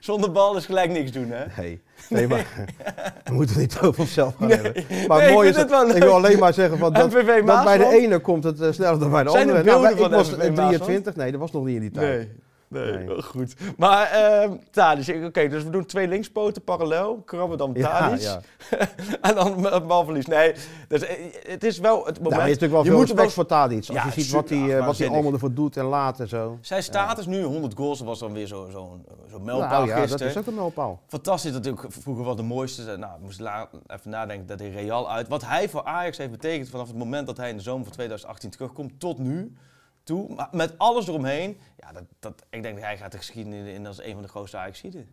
Speaker 4: Zonder bal is gelijk niks doen, hè?
Speaker 5: Nee, nee maar we moeten het niet over onszelf gaan hebben.
Speaker 4: Nee,
Speaker 5: Maar
Speaker 4: ik
Speaker 5: mooi
Speaker 4: vind
Speaker 5: is
Speaker 4: het wel
Speaker 5: dat,
Speaker 4: leuk.
Speaker 5: ik wil alleen maar zeggen van dat,
Speaker 4: MVV
Speaker 5: dat bij de
Speaker 4: Maasland?
Speaker 5: ene komt het eh, sneller dan bij de
Speaker 4: Zijn er
Speaker 5: andere.
Speaker 4: beelden
Speaker 5: wij-
Speaker 4: van
Speaker 5: ik was
Speaker 4: MVV
Speaker 5: eh,
Speaker 4: Maasland?
Speaker 5: 23, nee, dat was nog niet in die tijd.
Speaker 4: Nee,
Speaker 5: Nee.
Speaker 4: wel goed. Maar ehm Tadic, oké, dus we doen twee linkspoten parallel. Krabben dan
Speaker 5: Ja,
Speaker 4: Tadic.
Speaker 5: ja.
Speaker 4: en dan eh, balverlies. Nee, dus, eh, het is wel het moment.
Speaker 5: Nou, er is natuurlijk wel
Speaker 4: je
Speaker 5: veel
Speaker 4: moet er
Speaker 5: respect
Speaker 4: wel-
Speaker 5: voor Tadic. Als
Speaker 4: Ja,
Speaker 5: je ziet wat
Speaker 4: super,
Speaker 5: hij eh, wat hij
Speaker 4: waanzinnig.
Speaker 5: allemaal ervoor doet en laat en zo.
Speaker 4: Zijn status dus nu, 100 goals, dat was dan weer zo'n zo zo'n mijlpaal
Speaker 5: Nou ja, dat
Speaker 4: gisteren.
Speaker 5: is ook een mijlpaal.
Speaker 4: Fantastisch natuurlijk, vroeger wel de mooiste. Nou, ik moest la- even nadenken, dat hij Real uit. Wat hij voor Ajax heeft betekend vanaf het moment dat hij in de zomer van 2018 terugkomt tot nu toe. Maar met alles eromheen. Ja, dat, dat, ik denk dat hij gaat de geschiedenis in als een van de grootste Ajax-zieden.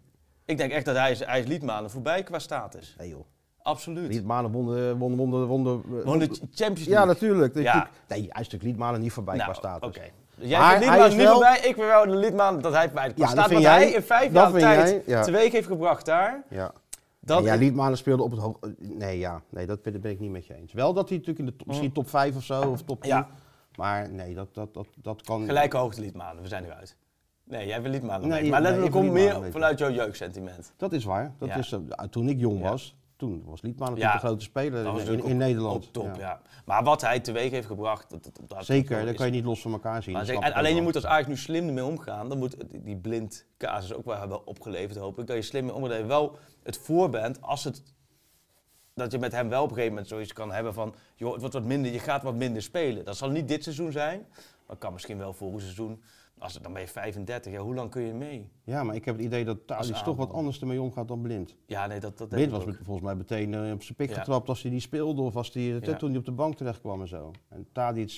Speaker 4: Ik denk echt dat hij, is- hij is Liedmanen voorbij qua status.
Speaker 5: Nee joh.
Speaker 4: Absoluut.
Speaker 5: Liedmanen wonden, wonden, wonden, wonden.
Speaker 4: Gewoon de Champions League.
Speaker 5: eh, Ja, natuurlijk. Dat is
Speaker 4: Ja.
Speaker 5: natuurlijk- Nee, hij is natuurlijk Liedmanen niet voorbij
Speaker 4: Nou,
Speaker 5: qua status.
Speaker 4: Oké. Dus Jij
Speaker 5: Maar
Speaker 4: vindt
Speaker 5: hij
Speaker 4: Liedmanen
Speaker 5: is
Speaker 4: nu
Speaker 5: wel-
Speaker 4: voorbij, ik ben wel de Liedmanen dat hij voorbij qua
Speaker 5: dat
Speaker 4: staat.
Speaker 5: vind
Speaker 4: Wat hij
Speaker 5: jij-
Speaker 4: in vijf
Speaker 5: dat
Speaker 4: jaar
Speaker 5: vind
Speaker 4: tijd
Speaker 5: jij, ja.
Speaker 4: teweeg heeft gebracht daar.
Speaker 5: Ja.
Speaker 4: Dat
Speaker 5: ja, Liedmanen speelde op het hoog. eh, Nee, ja, nee dat ben ben ik niet met je eens. Wel dat hij natuurlijk in de top, misschien top 5 of zo, of top 10.
Speaker 4: Mm. Ja.
Speaker 5: Maar nee, dat, dat, dat, dat kan.
Speaker 4: Gelijke hoogte liedmanen, we zijn eruit. Nee, jij wil liedmanen
Speaker 5: Nee,
Speaker 4: weten. Maar
Speaker 5: nee,
Speaker 4: let, ik
Speaker 5: ik wil
Speaker 4: kom
Speaker 5: liedmanen
Speaker 4: meer
Speaker 5: weten.
Speaker 4: vanuit jouw jeuksentiment.
Speaker 5: Dat is waar. Dat
Speaker 4: Ja.
Speaker 5: is, eh, toen ik jong
Speaker 4: Ja.
Speaker 5: was, toen was Liedmanen
Speaker 4: Ja.
Speaker 5: natuurlijk de grote speler
Speaker 4: Dat was
Speaker 5: in, in,
Speaker 4: natuurlijk ook-
Speaker 5: Nederland.
Speaker 4: ook top, ja.
Speaker 5: Ja.
Speaker 4: Maar wat hij teweeg heeft gebracht, dat, dat, dat-
Speaker 5: Zeker, dat
Speaker 4: is-
Speaker 5: kan je niet los van elkaar zien.
Speaker 4: Maar
Speaker 5: dat
Speaker 4: zeg-
Speaker 5: snap
Speaker 4: en
Speaker 5: ik ook
Speaker 4: alleen je
Speaker 5: wel.
Speaker 4: moet als Ajax nu slim ermee omgaan. Dan moet die- die blind casus ook wel hebben opgeleverd, hoop ik. Dat je slim mee omgaat. Dat je wel het voor bent als het... Dat je met hem wel op een gegeven moment zoiets kan hebben van... joh, het wordt wat minder, je gaat wat minder spelen. Dat zal niet dit seizoen zijn, maar het kan misschien wel volgend seizoen. Als het, dan ben je 35, ja, hoe lang kun je mee?
Speaker 5: Ja, maar ik heb het idee dat Tadic toch wat
Speaker 4: aanvaller.
Speaker 5: anders ermee omgaat dan Blind.
Speaker 4: Ja, nee, dat, dat denk
Speaker 5: Blind
Speaker 4: ik
Speaker 5: was
Speaker 4: ook.
Speaker 5: met- volgens mij meteen eh, op zijn pik
Speaker 4: Ja.
Speaker 5: getrapt als hij die speelde of als die,
Speaker 4: Ja.
Speaker 5: toen hij op de bank terecht kwam en zo. En Tadic,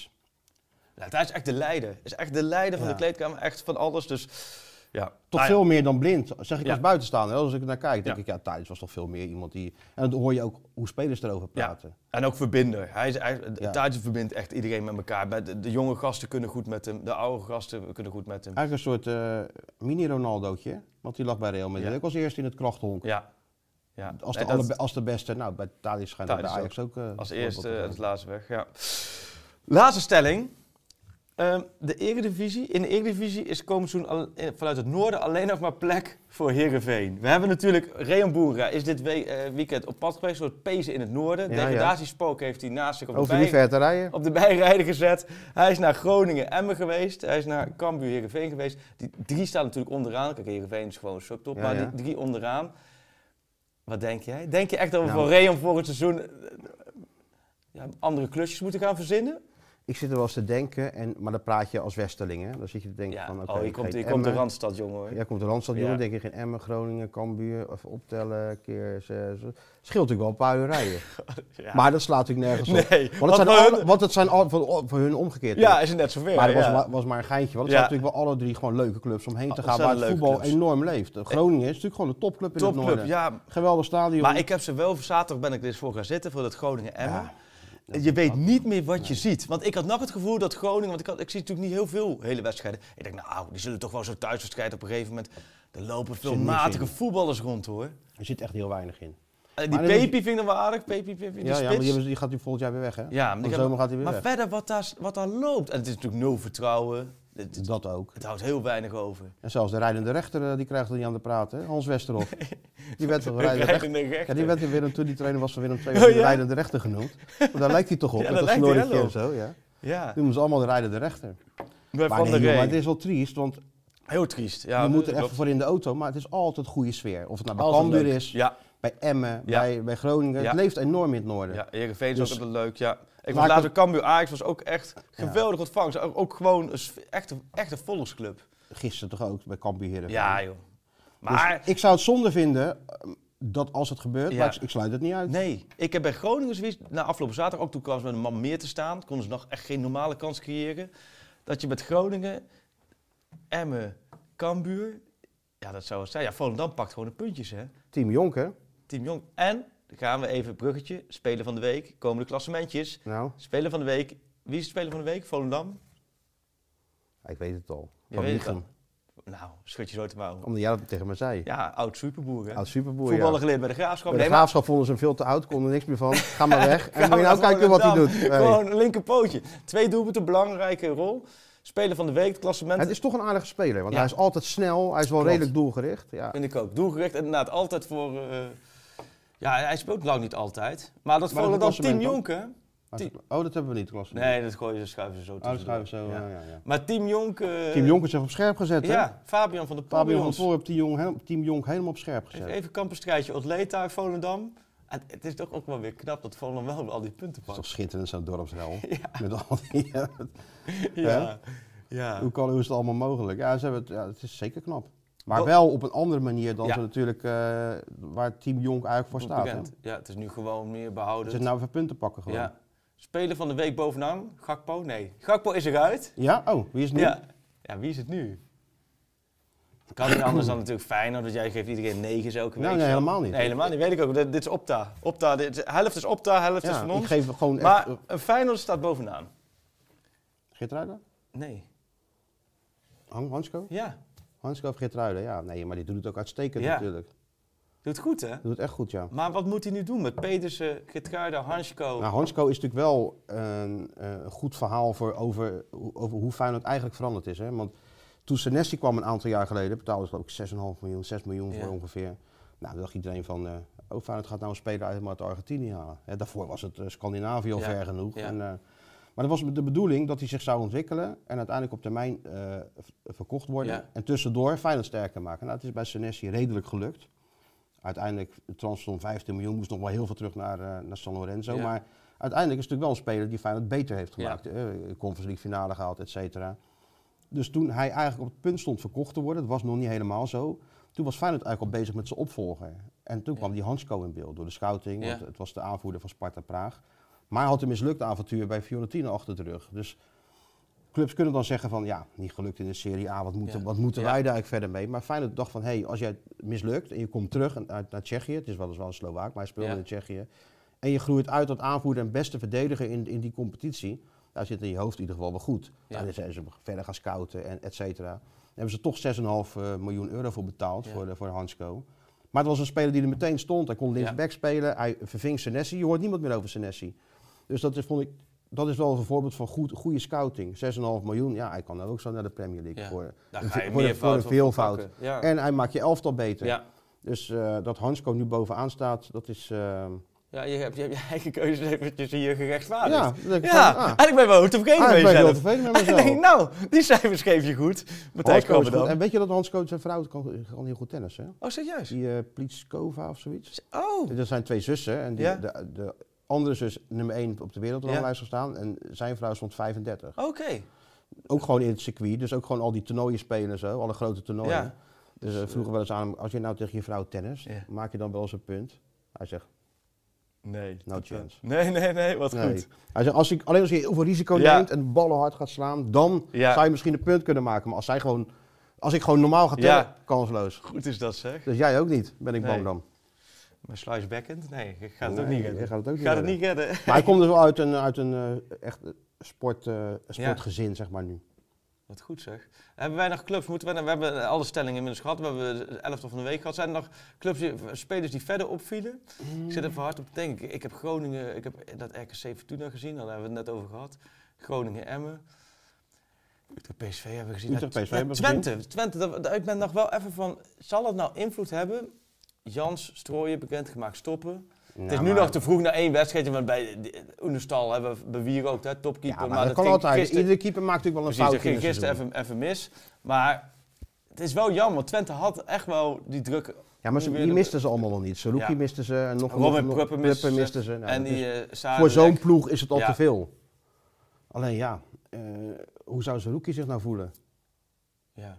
Speaker 4: Ja, hij is echt de leider. Is echt de leider van
Speaker 5: Ja.
Speaker 4: de kleedkamer, echt van alles. Dus ja,
Speaker 5: Toch
Speaker 4: Nou ja,
Speaker 5: veel meer dan blind, zeg ik
Speaker 4: Ja.
Speaker 5: als buitenstaander. hè. Als ik er naar kijk, denk
Speaker 4: Ja.
Speaker 5: ik, ja, Thijs was toch veel meer iemand die... En dan hoor je ook hoe spelers erover
Speaker 4: Ja.
Speaker 5: praten.
Speaker 4: En ook verbinder. Hij is, hij,
Speaker 5: Ja.
Speaker 4: Tadic verbindt echt iedereen met elkaar. Bij De, de jonge gasten kunnen goed met hem, de oude gasten kunnen goed met hem.
Speaker 5: Eigenlijk een soort eh, mini-Ronaldootje, want die lag bij Real Madrid.
Speaker 4: Ja.
Speaker 5: Ik was eerst in het krachthonk.
Speaker 4: Ja. ja.
Speaker 5: Als, de
Speaker 4: Nee, dat-
Speaker 5: allerbe- als de beste, nou, bij Thadis schijnt dat bij
Speaker 4: Tadic
Speaker 5: Ajax ook... eh,
Speaker 4: als
Speaker 5: voorbeeld
Speaker 4: eerste
Speaker 5: te zijn.
Speaker 4: en het laatste weg, ja. Laatste stelling. Ehm, de Eredivisie. In de Eredivisie is komend seizoen al- in- vanuit het noorden alleen nog maar plek voor Heerenveen. We hebben natuurlijk, Reon Boera is dit we- eh, weekend op pad geweest, een soort pezen in het noorden.
Speaker 5: Ja, ja.
Speaker 4: Degradatiespook heeft hij naast zich op de
Speaker 5: Hoef je niet
Speaker 4: bij-
Speaker 5: ver te rijden.
Speaker 4: op de bijrijder gezet. Hij is naar Groningen Emmen geweest. Hij is naar Cambuur Heerenveen geweest. Die drie staan natuurlijk onderaan. Kijk, Heerenveen is gewoon een subtop,
Speaker 5: Ja,
Speaker 4: maar
Speaker 5: ja.
Speaker 4: die drie onderaan. Wat denk jij? Denk je echt dat we
Speaker 5: Nou.
Speaker 4: voor Reon volgend seizoen eh, ja, andere klusjes moeten gaan verzinnen?
Speaker 5: Ik zit er wel eens te denken, en, maar dan praat je als westerling, hè. Dan zit je te denken
Speaker 4: Ja.
Speaker 5: van, oké,
Speaker 4: oh, hier
Speaker 5: geen
Speaker 4: komt, hier
Speaker 5: Emmen.
Speaker 4: komt de Randstad, jongen. hoor.
Speaker 5: Ja, komt de Randstad,
Speaker 4: Ja.
Speaker 5: jongen, denk ik geen Emmen, Groningen, Cambuur, even optellen, keer zes. Scheelt natuurlijk wel een paar uur rijden.
Speaker 4: Ja.
Speaker 5: Maar dat slaat natuurlijk nergens op.
Speaker 4: Nee,
Speaker 5: Want het
Speaker 4: want
Speaker 5: zijn,
Speaker 4: voor
Speaker 5: alle,
Speaker 4: hun-
Speaker 5: want het zijn al, voor, voor hun omgekeerd.
Speaker 4: Ja, is het net zover.
Speaker 5: Maar dat was,
Speaker 4: ja.
Speaker 5: maar- was maar een geintje. Want het
Speaker 4: Ja.
Speaker 5: zijn natuurlijk wel alle drie gewoon leuke clubs omheen te
Speaker 4: Oh,
Speaker 5: gaan.
Speaker 4: zijn
Speaker 5: Waar het
Speaker 4: leuke
Speaker 5: voetbal
Speaker 4: clubs.
Speaker 5: enorm leeft. Eh, Groningen is natuurlijk gewoon een topclub in het
Speaker 4: Topclub,
Speaker 5: noorden.
Speaker 4: ja.
Speaker 5: Geweldig stadion.
Speaker 4: Maar ik heb ze wel, zaterdag ben ik er eens voor gaan zitten, voor dat Groningen Emmen.
Speaker 5: Ja.
Speaker 4: Je weet niet meer wat je ziet. Want ik had nog het gevoel dat Groningen, want ik, had, ik zie natuurlijk niet heel veel hele wedstrijden. Ik denk, nou, die zullen toch wel zo'n thuiswedstrijd op een gegeven moment. Er lopen veel
Speaker 5: niks
Speaker 4: matige
Speaker 5: in.
Speaker 4: voetballers rond hoor.
Speaker 5: Er zit echt heel weinig in.
Speaker 4: En die
Speaker 5: Maar dan-
Speaker 4: Pepi vind ik nog wel aardig, Pepi, Pepi, die
Speaker 5: Ja, ja, maar
Speaker 4: spits.
Speaker 5: die, hebben- die gaat nu volgend jaar weer weg, hè?
Speaker 4: Ja, maar die
Speaker 5: Van
Speaker 4: hebben-
Speaker 5: zomer gaat hij weer
Speaker 4: maar
Speaker 5: weg.
Speaker 4: verder wat daar, wat daar loopt. En het is natuurlijk nul vertrouwen. Het, het-
Speaker 5: Dat ook.
Speaker 4: het houdt heel weinig over.
Speaker 5: En zelfs de rijdende rechter, eh, die krijgt er niet aan de praten. hè? Hans Westerhof. Die werd toch rijdende rechter?
Speaker 4: Rijdende rechter.
Speaker 5: Ja, die werd weer toen die trainer was van Willem II,
Speaker 4: Oh,
Speaker 5: werd hij de
Speaker 4: ja?
Speaker 5: rijdende rechter genoemd. Maar daar lijkt hij toch op,
Speaker 4: Ja,
Speaker 5: met
Speaker 4: daar
Speaker 5: dat
Speaker 4: lijkt hij
Speaker 5: snorretje
Speaker 4: wel
Speaker 5: en zo. Ja.
Speaker 4: Ja,
Speaker 5: Noemen ze allemaal de rijdende rechter.
Speaker 4: bij
Speaker 5: Maar,
Speaker 4: Van
Speaker 5: nee,
Speaker 4: der
Speaker 5: joh,
Speaker 4: Rey.
Speaker 5: maar het is wel triest, want
Speaker 4: Heel triest. Ja,
Speaker 5: je moet er
Speaker 4: klopt.
Speaker 5: even voor in de auto, maar het is altijd goede sfeer. Of het nou bij
Speaker 4: Altijd
Speaker 5: Cambuur
Speaker 4: leuk.
Speaker 5: is,
Speaker 4: Ja,
Speaker 5: bij Emmen,
Speaker 4: Ja.
Speaker 5: bij, bij Groningen.
Speaker 4: Ja.
Speaker 5: Het leeft enorm in het noorden.
Speaker 4: Ja, Heerenveen is
Speaker 5: Dus-
Speaker 4: ook altijd leuk, ja. Ik was
Speaker 5: Laat ik
Speaker 4: laatst
Speaker 5: het-
Speaker 4: op Cambuur Ajax, was ook echt geweldig ontvangst. Ook, ook gewoon een sf- echt, een- echt een volksclub.
Speaker 5: Gisteren toch ook bij Cambuur Heerenveen.
Speaker 4: Ja, joh.
Speaker 5: Dus
Speaker 4: Maar,
Speaker 5: ik zou het zonde vinden eh, dat als het gebeurt,
Speaker 4: Ja.
Speaker 5: maar ik, ik sluit het niet uit.
Speaker 4: nee, ik heb bij Groningen zoiets, na afgelopen zaterdag ook toen kwam ze met een man meer te staan, konden ze nog echt geen normale kans creëren. Dat je met Groningen, Emmen, Cambuur, ja dat zou het zijn. Ja, Volendam pakt gewoon de puntjes, hè.
Speaker 5: Team Jonker,
Speaker 4: Team Jong. En, dan gaan we even bruggetje, Spelen van de Week, komende klassementjes.
Speaker 5: nou,
Speaker 4: Speler van de Week, wie is de Speler van de Week? Volendam?
Speaker 5: ik weet het al.
Speaker 4: Je
Speaker 5: Van
Speaker 4: weet het
Speaker 5: Wiegem.
Speaker 4: al. Nou, schud je zo te mouwen.
Speaker 5: Omdat jij dat tegen me zei.
Speaker 4: Ja, oud superboer. Hè?
Speaker 5: Oud superboer, ja.
Speaker 4: Voetballen geleerd bij de graafschap.
Speaker 5: Bij de
Speaker 4: Nee, maar-
Speaker 5: graafschap vonden ze hem veel te oud, konden er niks meer van. Ga maar weg. En moet
Speaker 4: Gaan
Speaker 5: je nou
Speaker 4: we
Speaker 5: kijken wat hij
Speaker 4: naar
Speaker 5: doet.
Speaker 4: Volendam.
Speaker 5: Nee.
Speaker 4: Gewoon een linkerpootje. Twee doelpunten, belangrijke rol. Speler van de week, het klassement.
Speaker 5: Het is toch een aardige speler, want
Speaker 4: Ja.
Speaker 5: hij is altijd snel. Hij is wel
Speaker 4: Klopt.
Speaker 5: redelijk doelgericht. Ja.
Speaker 4: Vind ik ook. Doelgericht en inderdaad altijd voor... eh, ja, hij speelt lang niet altijd. Maar dat
Speaker 5: Maar dat
Speaker 4: Volendam
Speaker 5: klassement
Speaker 4: Team
Speaker 5: dan?
Speaker 4: Jonken...
Speaker 5: Oh, dat hebben we niet, Klaas.
Speaker 4: Nee, dat gooien ze, schuiven ze zo
Speaker 5: Oh, dat
Speaker 4: tussendoor.
Speaker 5: schuiven we zo.
Speaker 4: Ja.
Speaker 5: Ja. Ja, ja.
Speaker 4: Maar Team Jonken...
Speaker 5: Team Jonk is even op scherp gezet, hè?
Speaker 4: Eh, Ja, Fabian van de
Speaker 5: Fabian van
Speaker 4: Pobions.
Speaker 5: Voor op Team Jonk, he- Team Jonk helemaal op scherp gezet.
Speaker 4: Even kampenstrijdje Atleta, Volendam. En het is toch ook wel weer knap dat Volendam wel al die punten
Speaker 5: Dat is toch
Speaker 4: pakt.
Speaker 5: schitterend, zo'n dorpsrel. Met al die, eh,
Speaker 4: Ja. ja.
Speaker 5: hoe, kan, hoe is het allemaal mogelijk? Ja, ze hebben het, ja, het is zeker knap. Maar
Speaker 4: Wel-
Speaker 5: wel op een andere manier dan
Speaker 4: Ja.
Speaker 5: ze natuurlijk, eh, waar Team Jonk eigenlijk voor staat. Hè?
Speaker 4: Bekend. Ja, het is nu gewoon meer
Speaker 5: Het
Speaker 4: behouden.
Speaker 5: is nou even punten pakken gewoon.
Speaker 4: Ja.
Speaker 5: Ja,
Speaker 4: Speler van de week bovenaan, Gakpo? Nee. Gakpo is eruit.
Speaker 5: oh, wie is het nu?
Speaker 4: Ja. ja, wie is het nu? Het Kan niet anders dan natuurlijk Feyenoord, want jij geeft iedereen negens elke week.
Speaker 5: Nou, nee,
Speaker 4: zo.
Speaker 5: helemaal niet.
Speaker 4: Nee, helemaal niet. Weet ik ook. Dit, dit is Opta. Opta dit, is- helft is Opta, helft
Speaker 5: Ja,
Speaker 4: is van
Speaker 5: ik
Speaker 4: ons.
Speaker 5: geef gewoon
Speaker 4: Maar
Speaker 5: echt... eh,
Speaker 4: een Feyenoord staat bovenaan.
Speaker 5: Geertruiden?
Speaker 4: Nee.
Speaker 5: Han- Hansko?
Speaker 4: Ja.
Speaker 5: Hansko of Geertruiden, ja. Nee, maar die doet het ook uitstekend
Speaker 4: Ja.
Speaker 5: natuurlijk.
Speaker 4: Doet goed, hè?
Speaker 5: Die doet het echt goed, ja.
Speaker 4: Maar wat moet hij nu doen met Petersen, Gertruida, Hansko?
Speaker 5: Nou, Hansko is natuurlijk wel een eh, goed verhaal voor, over, hoe- over hoe Feyenoord eigenlijk veranderd is. Hè? Want toen Senesi kwam een aantal jaar geleden, betaalde ze geloof ik 6,5 miljoen, 6 miljoen
Speaker 4: Ja.
Speaker 5: voor ongeveer. Nou, dan dacht iedereen van, eh oh Feyenoord gaat nou een speler uit, maar uit Argentinië halen. Hè, daarvoor was het eh, Scandinavië al
Speaker 4: Ja,
Speaker 5: ver genoeg.
Speaker 4: ja.
Speaker 5: En, eh, maar dat was de bedoeling dat hij zich zou ontwikkelen en uiteindelijk op termijn eh, v- verkocht worden.
Speaker 4: Ja.
Speaker 5: En tussendoor Feyenoord sterker maken. Nou, het is bij Senesi redelijk gelukt. Uiteindelijk, de transfer van 15 miljoen moest nog wel heel veel terug naar, eh, naar San Lorenzo.
Speaker 4: Ja.
Speaker 5: Maar uiteindelijk is het natuurlijk wel een speler die Feyenoord beter heeft gemaakt. eh, Conference League finale gehaald, et cetera. Dus toen hij eigenlijk op het punt stond verkocht te worden, dat was nog niet helemaal zo. Toen was Feyenoord eigenlijk al bezig met zijn opvolger. En toen kwam die Hansko in beeld door de scouting, want
Speaker 4: Ja.
Speaker 5: het was de aanvoerder van Sparta Praag. Maar hij had een mislukt avontuur bij Fiorentina achter de rug. Dus clubs kunnen dan zeggen van, ja, niet gelukt in de Serie A, wat moeten,
Speaker 4: Ja.
Speaker 5: wat moeten
Speaker 4: Ja.
Speaker 5: wij daar eigenlijk verder mee? Maar Feyenoord dacht van, hé, hey, als jij het mislukt en je komt terug en- uit, naar Tsjechië, het is wel eens wel een Slovaak, maar hij speelde
Speaker 4: Ja.
Speaker 5: in Tsjechië. En je groeit uit tot aanvoerder en beste verdediger in, in die competitie. Daar zit in je hoofd in ieder geval wel goed.
Speaker 4: Ja.
Speaker 5: Nou, dan zijn ze verder gaan scouten en et cetera. Daar hebben ze toch 6,5 eh, miljoen euro voor betaald
Speaker 4: Ja.
Speaker 5: voor, de- voor Hansko. Maar het was een speler die er meteen stond. Hij kon linksback spelen. Hij verving Senesi. Je hoort niemand meer over Senesi. Dus dat is, vond ik, dat is wel een voorbeeld van goed, goede scouting. 6,5 miljoen. Ja, hij kan dan ook zo naar de Premier League.
Speaker 4: Ja.
Speaker 5: Voor,
Speaker 4: Daar
Speaker 5: een
Speaker 4: ga
Speaker 5: ve-
Speaker 4: je
Speaker 5: voor,
Speaker 4: meer
Speaker 5: een- voor een
Speaker 4: fouten voor
Speaker 5: veelvoud.
Speaker 4: pakken. Ja.
Speaker 5: En hij maakt je elftal beter.
Speaker 4: ja.
Speaker 5: Dus eh, dat Hansko nu bovenaan staat, dat is... eh,
Speaker 4: Ja, je hebt je, hebt je eigen keuzes eventjes hier gerechtvaardigd.
Speaker 5: ja,
Speaker 4: Ja,
Speaker 5: dan denk ik
Speaker 4: ja.
Speaker 5: van, ah,
Speaker 4: en ik ben wel heel tevreden
Speaker 5: ah,
Speaker 4: met
Speaker 5: ik ben heel
Speaker 4: jezelf.
Speaker 5: tevreden met
Speaker 4: En ik denk,
Speaker 5: mezelf.
Speaker 4: nou, die cijfers geef je goed. Matthijs
Speaker 5: Hansko is goed.
Speaker 4: Krabbedam.
Speaker 5: En weet je dat Hansko zijn vrouw kan, eh, kan heel goed tennis, hè?
Speaker 4: Oh, serieus?
Speaker 5: Die eh Plitskova of zoiets.
Speaker 4: Oh,
Speaker 5: Er zijn twee zussen en die,
Speaker 4: Ja.
Speaker 5: de, de andere zus nummer 1 op de wereldranglijst gestaan en zijn vrouw stond 35.
Speaker 4: oké.
Speaker 5: Ook gewoon in het circuit, dus ook gewoon al die toernooien spelen en zo, alle grote toernooien.
Speaker 4: Ja.
Speaker 5: Dus eh, vroegen wel eens aan hem, als je nou tegen je vrouw tennis,
Speaker 4: Ja.
Speaker 5: maak je dan wel eens een punt? Hij zegt,
Speaker 4: Nee.
Speaker 5: no chance.
Speaker 4: Nee, nee, nee, wat
Speaker 5: Nee.
Speaker 4: goed.
Speaker 5: Hij zegt, als ik, alleen als je heel veel risico
Speaker 4: Ja.
Speaker 5: neemt en ballen hard gaat slaan, dan
Speaker 4: Ja.
Speaker 5: zou je misschien een punt kunnen maken. Maar als, zij gewoon, als ik gewoon normaal ga tellen,
Speaker 4: Ja.
Speaker 5: kansloos.
Speaker 4: Goed is dat zeg.
Speaker 5: Dus jij ook niet, ben ik
Speaker 4: Nee.
Speaker 5: bang dan.
Speaker 4: Maar Slice Backend? Nee, ik ga het ook
Speaker 5: Nee,
Speaker 4: niet
Speaker 5: ik
Speaker 4: redden.
Speaker 5: ga het ook niet
Speaker 4: Gaat het
Speaker 5: redden.
Speaker 4: niet redden.
Speaker 5: Maar hij komt dus wel uit een, uit een eh, echt eh, sport, eh, sportgezin, zeg maar nu.
Speaker 4: Wat goed zeg. Hebben wij nog clubs? Moeten wij, we hebben alle stellingen inmiddels gehad. We hebben de elftal van de week gehad. Zijn er nog clubs, die- spelers die verder opvielen? Ik zit even hard op te denken. Ik heb Groningen, ik heb dat RKC Fortuna gezien. Daar hebben we het net over gehad. Groningen Emmen. Utrecht PSV hebben we gezien.
Speaker 5: Utrecht,
Speaker 4: Ja,
Speaker 5: PSV hebben we
Speaker 4: Twente. Twente. dat- dat- ik ben nog wel even van, zal het nou invloed hebben? Jans, Strooien, bekendgemaakt stoppen. het is nu nog te vroeg naar één wedstrijdje. Want bij de- Oenestal hebben we bij Wier ook, hè, topkeeper.
Speaker 5: Ja, maar, dat kan
Speaker 4: ging
Speaker 5: altijd.
Speaker 4: gisteren-
Speaker 5: Iedere keeper maakt natuurlijk wel een
Speaker 4: Precies, dat
Speaker 5: fout in
Speaker 4: ging
Speaker 5: een
Speaker 4: gisteren
Speaker 5: seizoen.
Speaker 4: even, even mis. Maar het is wel jammer, want Twente had echt wel die druk.
Speaker 5: Ja, maar ze, die misten ze allemaal wel niet. Saruki
Speaker 4: Ja.
Speaker 5: misten ze. En nog
Speaker 4: Robin
Speaker 5: nog-
Speaker 4: Pruppen misten ze.
Speaker 5: misten ze. Nou,
Speaker 4: en
Speaker 5: dat
Speaker 4: die
Speaker 5: is-
Speaker 4: eh, Sadek.
Speaker 5: voor zo'n ploeg is het al
Speaker 4: Ja.
Speaker 5: te veel. Alleen ja, eh, hoe zou Saruki zich nou voelen?
Speaker 4: Ja.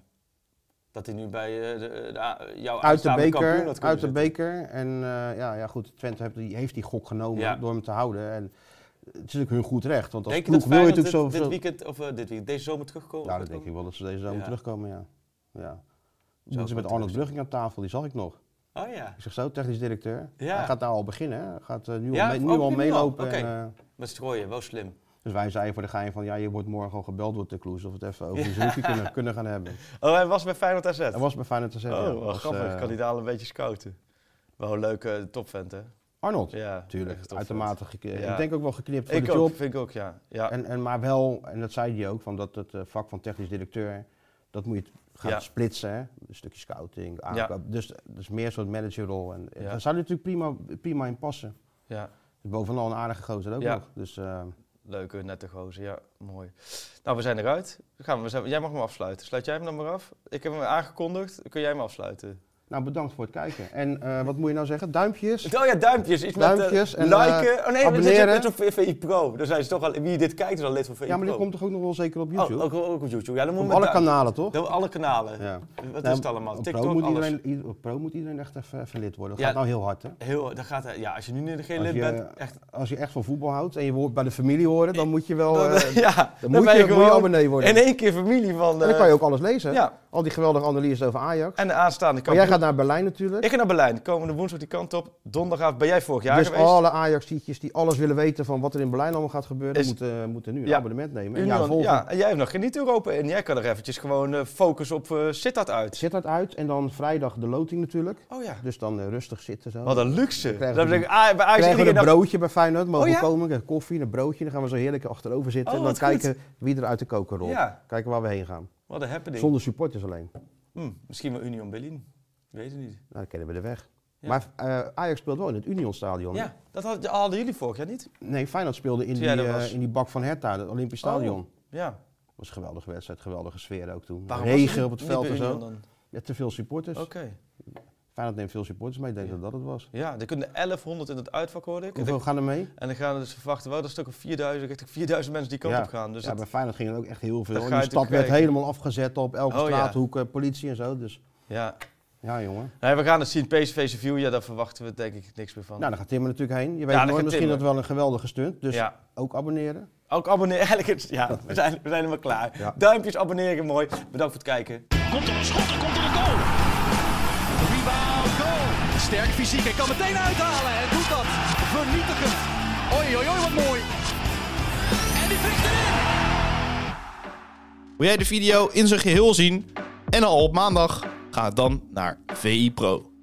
Speaker 4: Dat hij nu bij eh de, de, a- jouw
Speaker 5: Uit de
Speaker 4: aanstaande kampioen
Speaker 5: beker,
Speaker 4: had kunnen
Speaker 5: uit de
Speaker 4: zitten.
Speaker 5: beker. En eh, ja, ja, goed, Twente heeft die, heeft die gok genomen
Speaker 4: Ja.
Speaker 5: door hem te houden. En het is natuurlijk hun goed recht, want als
Speaker 4: Denk je
Speaker 5: ploeg
Speaker 4: dat
Speaker 5: wil je
Speaker 4: Feyenoord dit,
Speaker 5: natuurlijk zo...
Speaker 4: dit
Speaker 5: zo-
Speaker 4: weekend, of eh, dit weekend, deze zomer terugkomen?
Speaker 5: Nou, dat denk ik wel dat ze deze zomer
Speaker 4: Ja.
Speaker 5: terugkomen, ja. ja.
Speaker 4: wel
Speaker 5: Moeten ze met
Speaker 4: terug
Speaker 5: Arnold
Speaker 4: zijn.
Speaker 5: Brugging aan tafel, die zag ik nog.
Speaker 4: Oh ja,
Speaker 5: Ik zeg zo, technisch directeur.
Speaker 4: Ja.
Speaker 5: Hij gaat daar al beginnen, hè. Hij gaat eh, nu
Speaker 4: Ja,
Speaker 5: al, mee-
Speaker 4: ook
Speaker 5: nu al
Speaker 4: nu al.
Speaker 5: meelopen.
Speaker 4: Oké.
Speaker 5: En, eh,
Speaker 4: met strooien, wel slim.
Speaker 5: Dus wij zeiden voor de gein van, ja, je wordt morgen al gebeld door de Kloes of we het even over een zoekje kunnen, kunnen gaan hebben.
Speaker 4: Oh, hij was bij Feyenoord AZ.
Speaker 5: Dat was eh, bij Feyenoord te
Speaker 4: oh,
Speaker 5: zeggen.
Speaker 4: wel grappig. kan hij daar al een beetje scouten. Wel een leuke eh, topvent, hè?
Speaker 5: Arnold,
Speaker 4: Ja,
Speaker 5: natuurlijk.
Speaker 4: echt een topvent.
Speaker 5: Uitermate geknipt.
Speaker 4: Ja.
Speaker 5: Ik denk ook wel geknipt voor
Speaker 4: Ik
Speaker 5: de
Speaker 4: ook,
Speaker 5: job.
Speaker 4: vind ik ook, ja. ja.
Speaker 5: En, en maar wel, en dat zei hij ook, van dat het eh, vak van technisch directeur, dat moet je gaan
Speaker 4: Ja.
Speaker 5: splitsen. Hè? Een stukje scouting, aankoop. Dus dat is meer een soort managerrol. En, en
Speaker 4: Ja.
Speaker 5: daar zou hij natuurlijk prima, prima in passen.
Speaker 4: ja.
Speaker 5: Dus bovenal een aardige gozer ook
Speaker 4: Ja.
Speaker 5: nog. Dus eh,
Speaker 4: Leuke, nette gozer, ja, mooi. Nou, we zijn eruit. Dan Gaan we, we zijn- jij mag me afsluiten. Sluit jij hem dan maar af? Ik heb hem aangekondigd. Kun jij hem afsluiten?
Speaker 5: nou, bedankt voor het kijken. En eh, wat moet je nou zeggen? Duimpjes?
Speaker 4: Oh ja, duimpjes. Iets
Speaker 5: Duimpjes
Speaker 4: met eh,
Speaker 5: en,
Speaker 4: liken.
Speaker 5: eh,
Speaker 4: oh nee, maar dit
Speaker 5: abonneren.
Speaker 4: is net op VI Pro. Daar zijn ze toch al, wie dit kijkt is al lid van VI
Speaker 5: Ja, maar
Speaker 4: Pro.
Speaker 5: dit komt toch ook nog wel zeker op YouTube?
Speaker 4: Oh, ook, ook op YouTube. Ja, dan moet
Speaker 5: op
Speaker 4: met
Speaker 5: alle
Speaker 4: du-
Speaker 5: kanalen, toch?
Speaker 4: Dan alle kanalen.
Speaker 5: Ja.
Speaker 4: Wat
Speaker 5: Nou,
Speaker 4: is het allemaal?
Speaker 5: op
Speaker 4: TikTok,
Speaker 5: pro moet
Speaker 4: alles.
Speaker 5: Iedereen, ieder- op pro moet iedereen echt even, even lid worden. Dat
Speaker 4: Ja.
Speaker 5: gaat nou heel hard, hè?
Speaker 4: Heel, dat gaat, ja, als je nu geen
Speaker 5: Als
Speaker 4: lid
Speaker 5: je,
Speaker 4: bent, echt...
Speaker 5: Als je echt van voetbal houdt en je hoort bij de familie horen, dan moet je wel...
Speaker 4: dan,
Speaker 5: eh,
Speaker 4: ja, dan,
Speaker 5: moet
Speaker 4: ben je
Speaker 5: je- moet je
Speaker 4: gewoon
Speaker 5: abonnee worden.
Speaker 4: In één keer familie van...
Speaker 5: En dan
Speaker 4: eh,
Speaker 5: kan je ook alles lezen.
Speaker 4: Ja,
Speaker 5: Al die geweldige analyses over Ajax.
Speaker 4: en de aanstaande
Speaker 5: Maar
Speaker 4: kant.
Speaker 5: jij gaat naar Berlijn natuurlijk.
Speaker 4: Ik ga naar Berlijn. Komende woensdag die kant op. Donderdagavond ben jij vorig jaar
Speaker 5: dus
Speaker 4: geweest.
Speaker 5: alle Ajax-tietjes die alles willen weten van wat er in Berlijn allemaal gaat gebeuren,
Speaker 4: Is-
Speaker 5: moeten, eh, moeten nu een
Speaker 4: Ja.
Speaker 5: abonnement nemen. En
Speaker 4: Union,
Speaker 5: ja, volgen.
Speaker 4: ja, en jij hebt nog geen Europa in. Jij kan er eventjes gewoon eh, focus op eh Sittard uit.
Speaker 5: Zit dat uit en dan vrijdag de loting natuurlijk.
Speaker 4: Oh ja.
Speaker 5: Dus dan eh, rustig zitten zo.
Speaker 4: Wat een luxe.
Speaker 5: krijgen
Speaker 4: Dan
Speaker 5: we
Speaker 4: denk
Speaker 5: die-
Speaker 4: ik, ah, bij Ajax
Speaker 5: krijgen we
Speaker 4: iedere
Speaker 5: een
Speaker 4: dag-
Speaker 5: broodje bij Feyenoord, mogen
Speaker 4: Oh ja?
Speaker 5: we komen, krijgen koffie en een broodje. Dan gaan we zo heerlijk achterover zitten
Speaker 4: Oh,
Speaker 5: en dan
Speaker 4: wat goed.
Speaker 5: kijken wie er uit de koker rolt.
Speaker 4: Ja.
Speaker 5: Kijken waar we heen gaan.
Speaker 4: Wat een happening.
Speaker 5: Zonder supporters alleen.
Speaker 4: Hm, misschien wel Union Berlin. Ik weet het niet.
Speaker 5: Nou, dan kennen we de weg.
Speaker 4: Ja.
Speaker 5: Maar eh, Ajax speelt wel in het Unionstadion.
Speaker 4: Ja, dat had- hadden jullie vorig jaar niet.
Speaker 5: Nee, Feyenoord speelde in
Speaker 4: Toen
Speaker 5: die,
Speaker 4: jij er
Speaker 5: eh,
Speaker 4: was. Oh.
Speaker 5: in die bak van Hertha, het Olympisch Stadion.
Speaker 4: Ja.
Speaker 5: was een geweldige wedstrijd, geweldige sfeer ook toen.
Speaker 4: Waarom was
Speaker 5: Regen
Speaker 4: het
Speaker 5: op het
Speaker 4: niet
Speaker 5: veld
Speaker 4: bij
Speaker 5: en
Speaker 4: Union
Speaker 5: zo.
Speaker 4: dan?
Speaker 5: Ja, te veel supporters.
Speaker 4: Oké.
Speaker 5: Feyenoord neemt veel supporters mee, ik denk dat dat het was.
Speaker 4: Ja, er kunnen 1100 in het uitvak, hoorde ik.
Speaker 5: Hoeveel gaan er mee?
Speaker 4: En dan gaan er dus verwachten wel dat stuk of 4000, richting 4000 mensen die kant
Speaker 5: ja.
Speaker 4: op gaan. Dus
Speaker 5: ja,
Speaker 4: dat-
Speaker 5: bij Feyenoord ging er ook echt heel veel.
Speaker 4: Dan
Speaker 5: En
Speaker 4: ga
Speaker 5: die
Speaker 4: je te
Speaker 5: stad werd
Speaker 4: kijken.
Speaker 5: helemaal afgezet op elke
Speaker 4: Oh, ja.
Speaker 5: straathoek, eh, politie en zo. Dus
Speaker 4: ja.
Speaker 5: ja, jongen.
Speaker 4: Nee, we gaan het zien. PSV Sevilla, ja, daar verwachten we denk ik niks meer van.
Speaker 5: Nou, dan gaat Timmer natuurlijk heen. Je weet
Speaker 4: Ja, dan
Speaker 5: nooit,
Speaker 4: gaat
Speaker 5: misschien
Speaker 4: Timmer.
Speaker 5: dat wel een geweldige stunt. Dus
Speaker 4: ja.
Speaker 5: ook abonneren.
Speaker 4: Ook abonneren. Eigenlijk, is- ja, we zijn, we zijn helemaal klaar.
Speaker 5: Ja.
Speaker 4: Duimpjes, abonneren, mooi. Bedankt voor het kijken.
Speaker 2: Komt er een schot, er komt er een goal.
Speaker 3: Rebound, goal. Sterk fysiek en kan meteen uithalen en doet dat. Vernietigend. Oei, oei, oei, wat mooi. En die prikt erin.
Speaker 1: Wil jij de video in zijn geheel zien? En al op maandag? Ga dan naar VI Pro.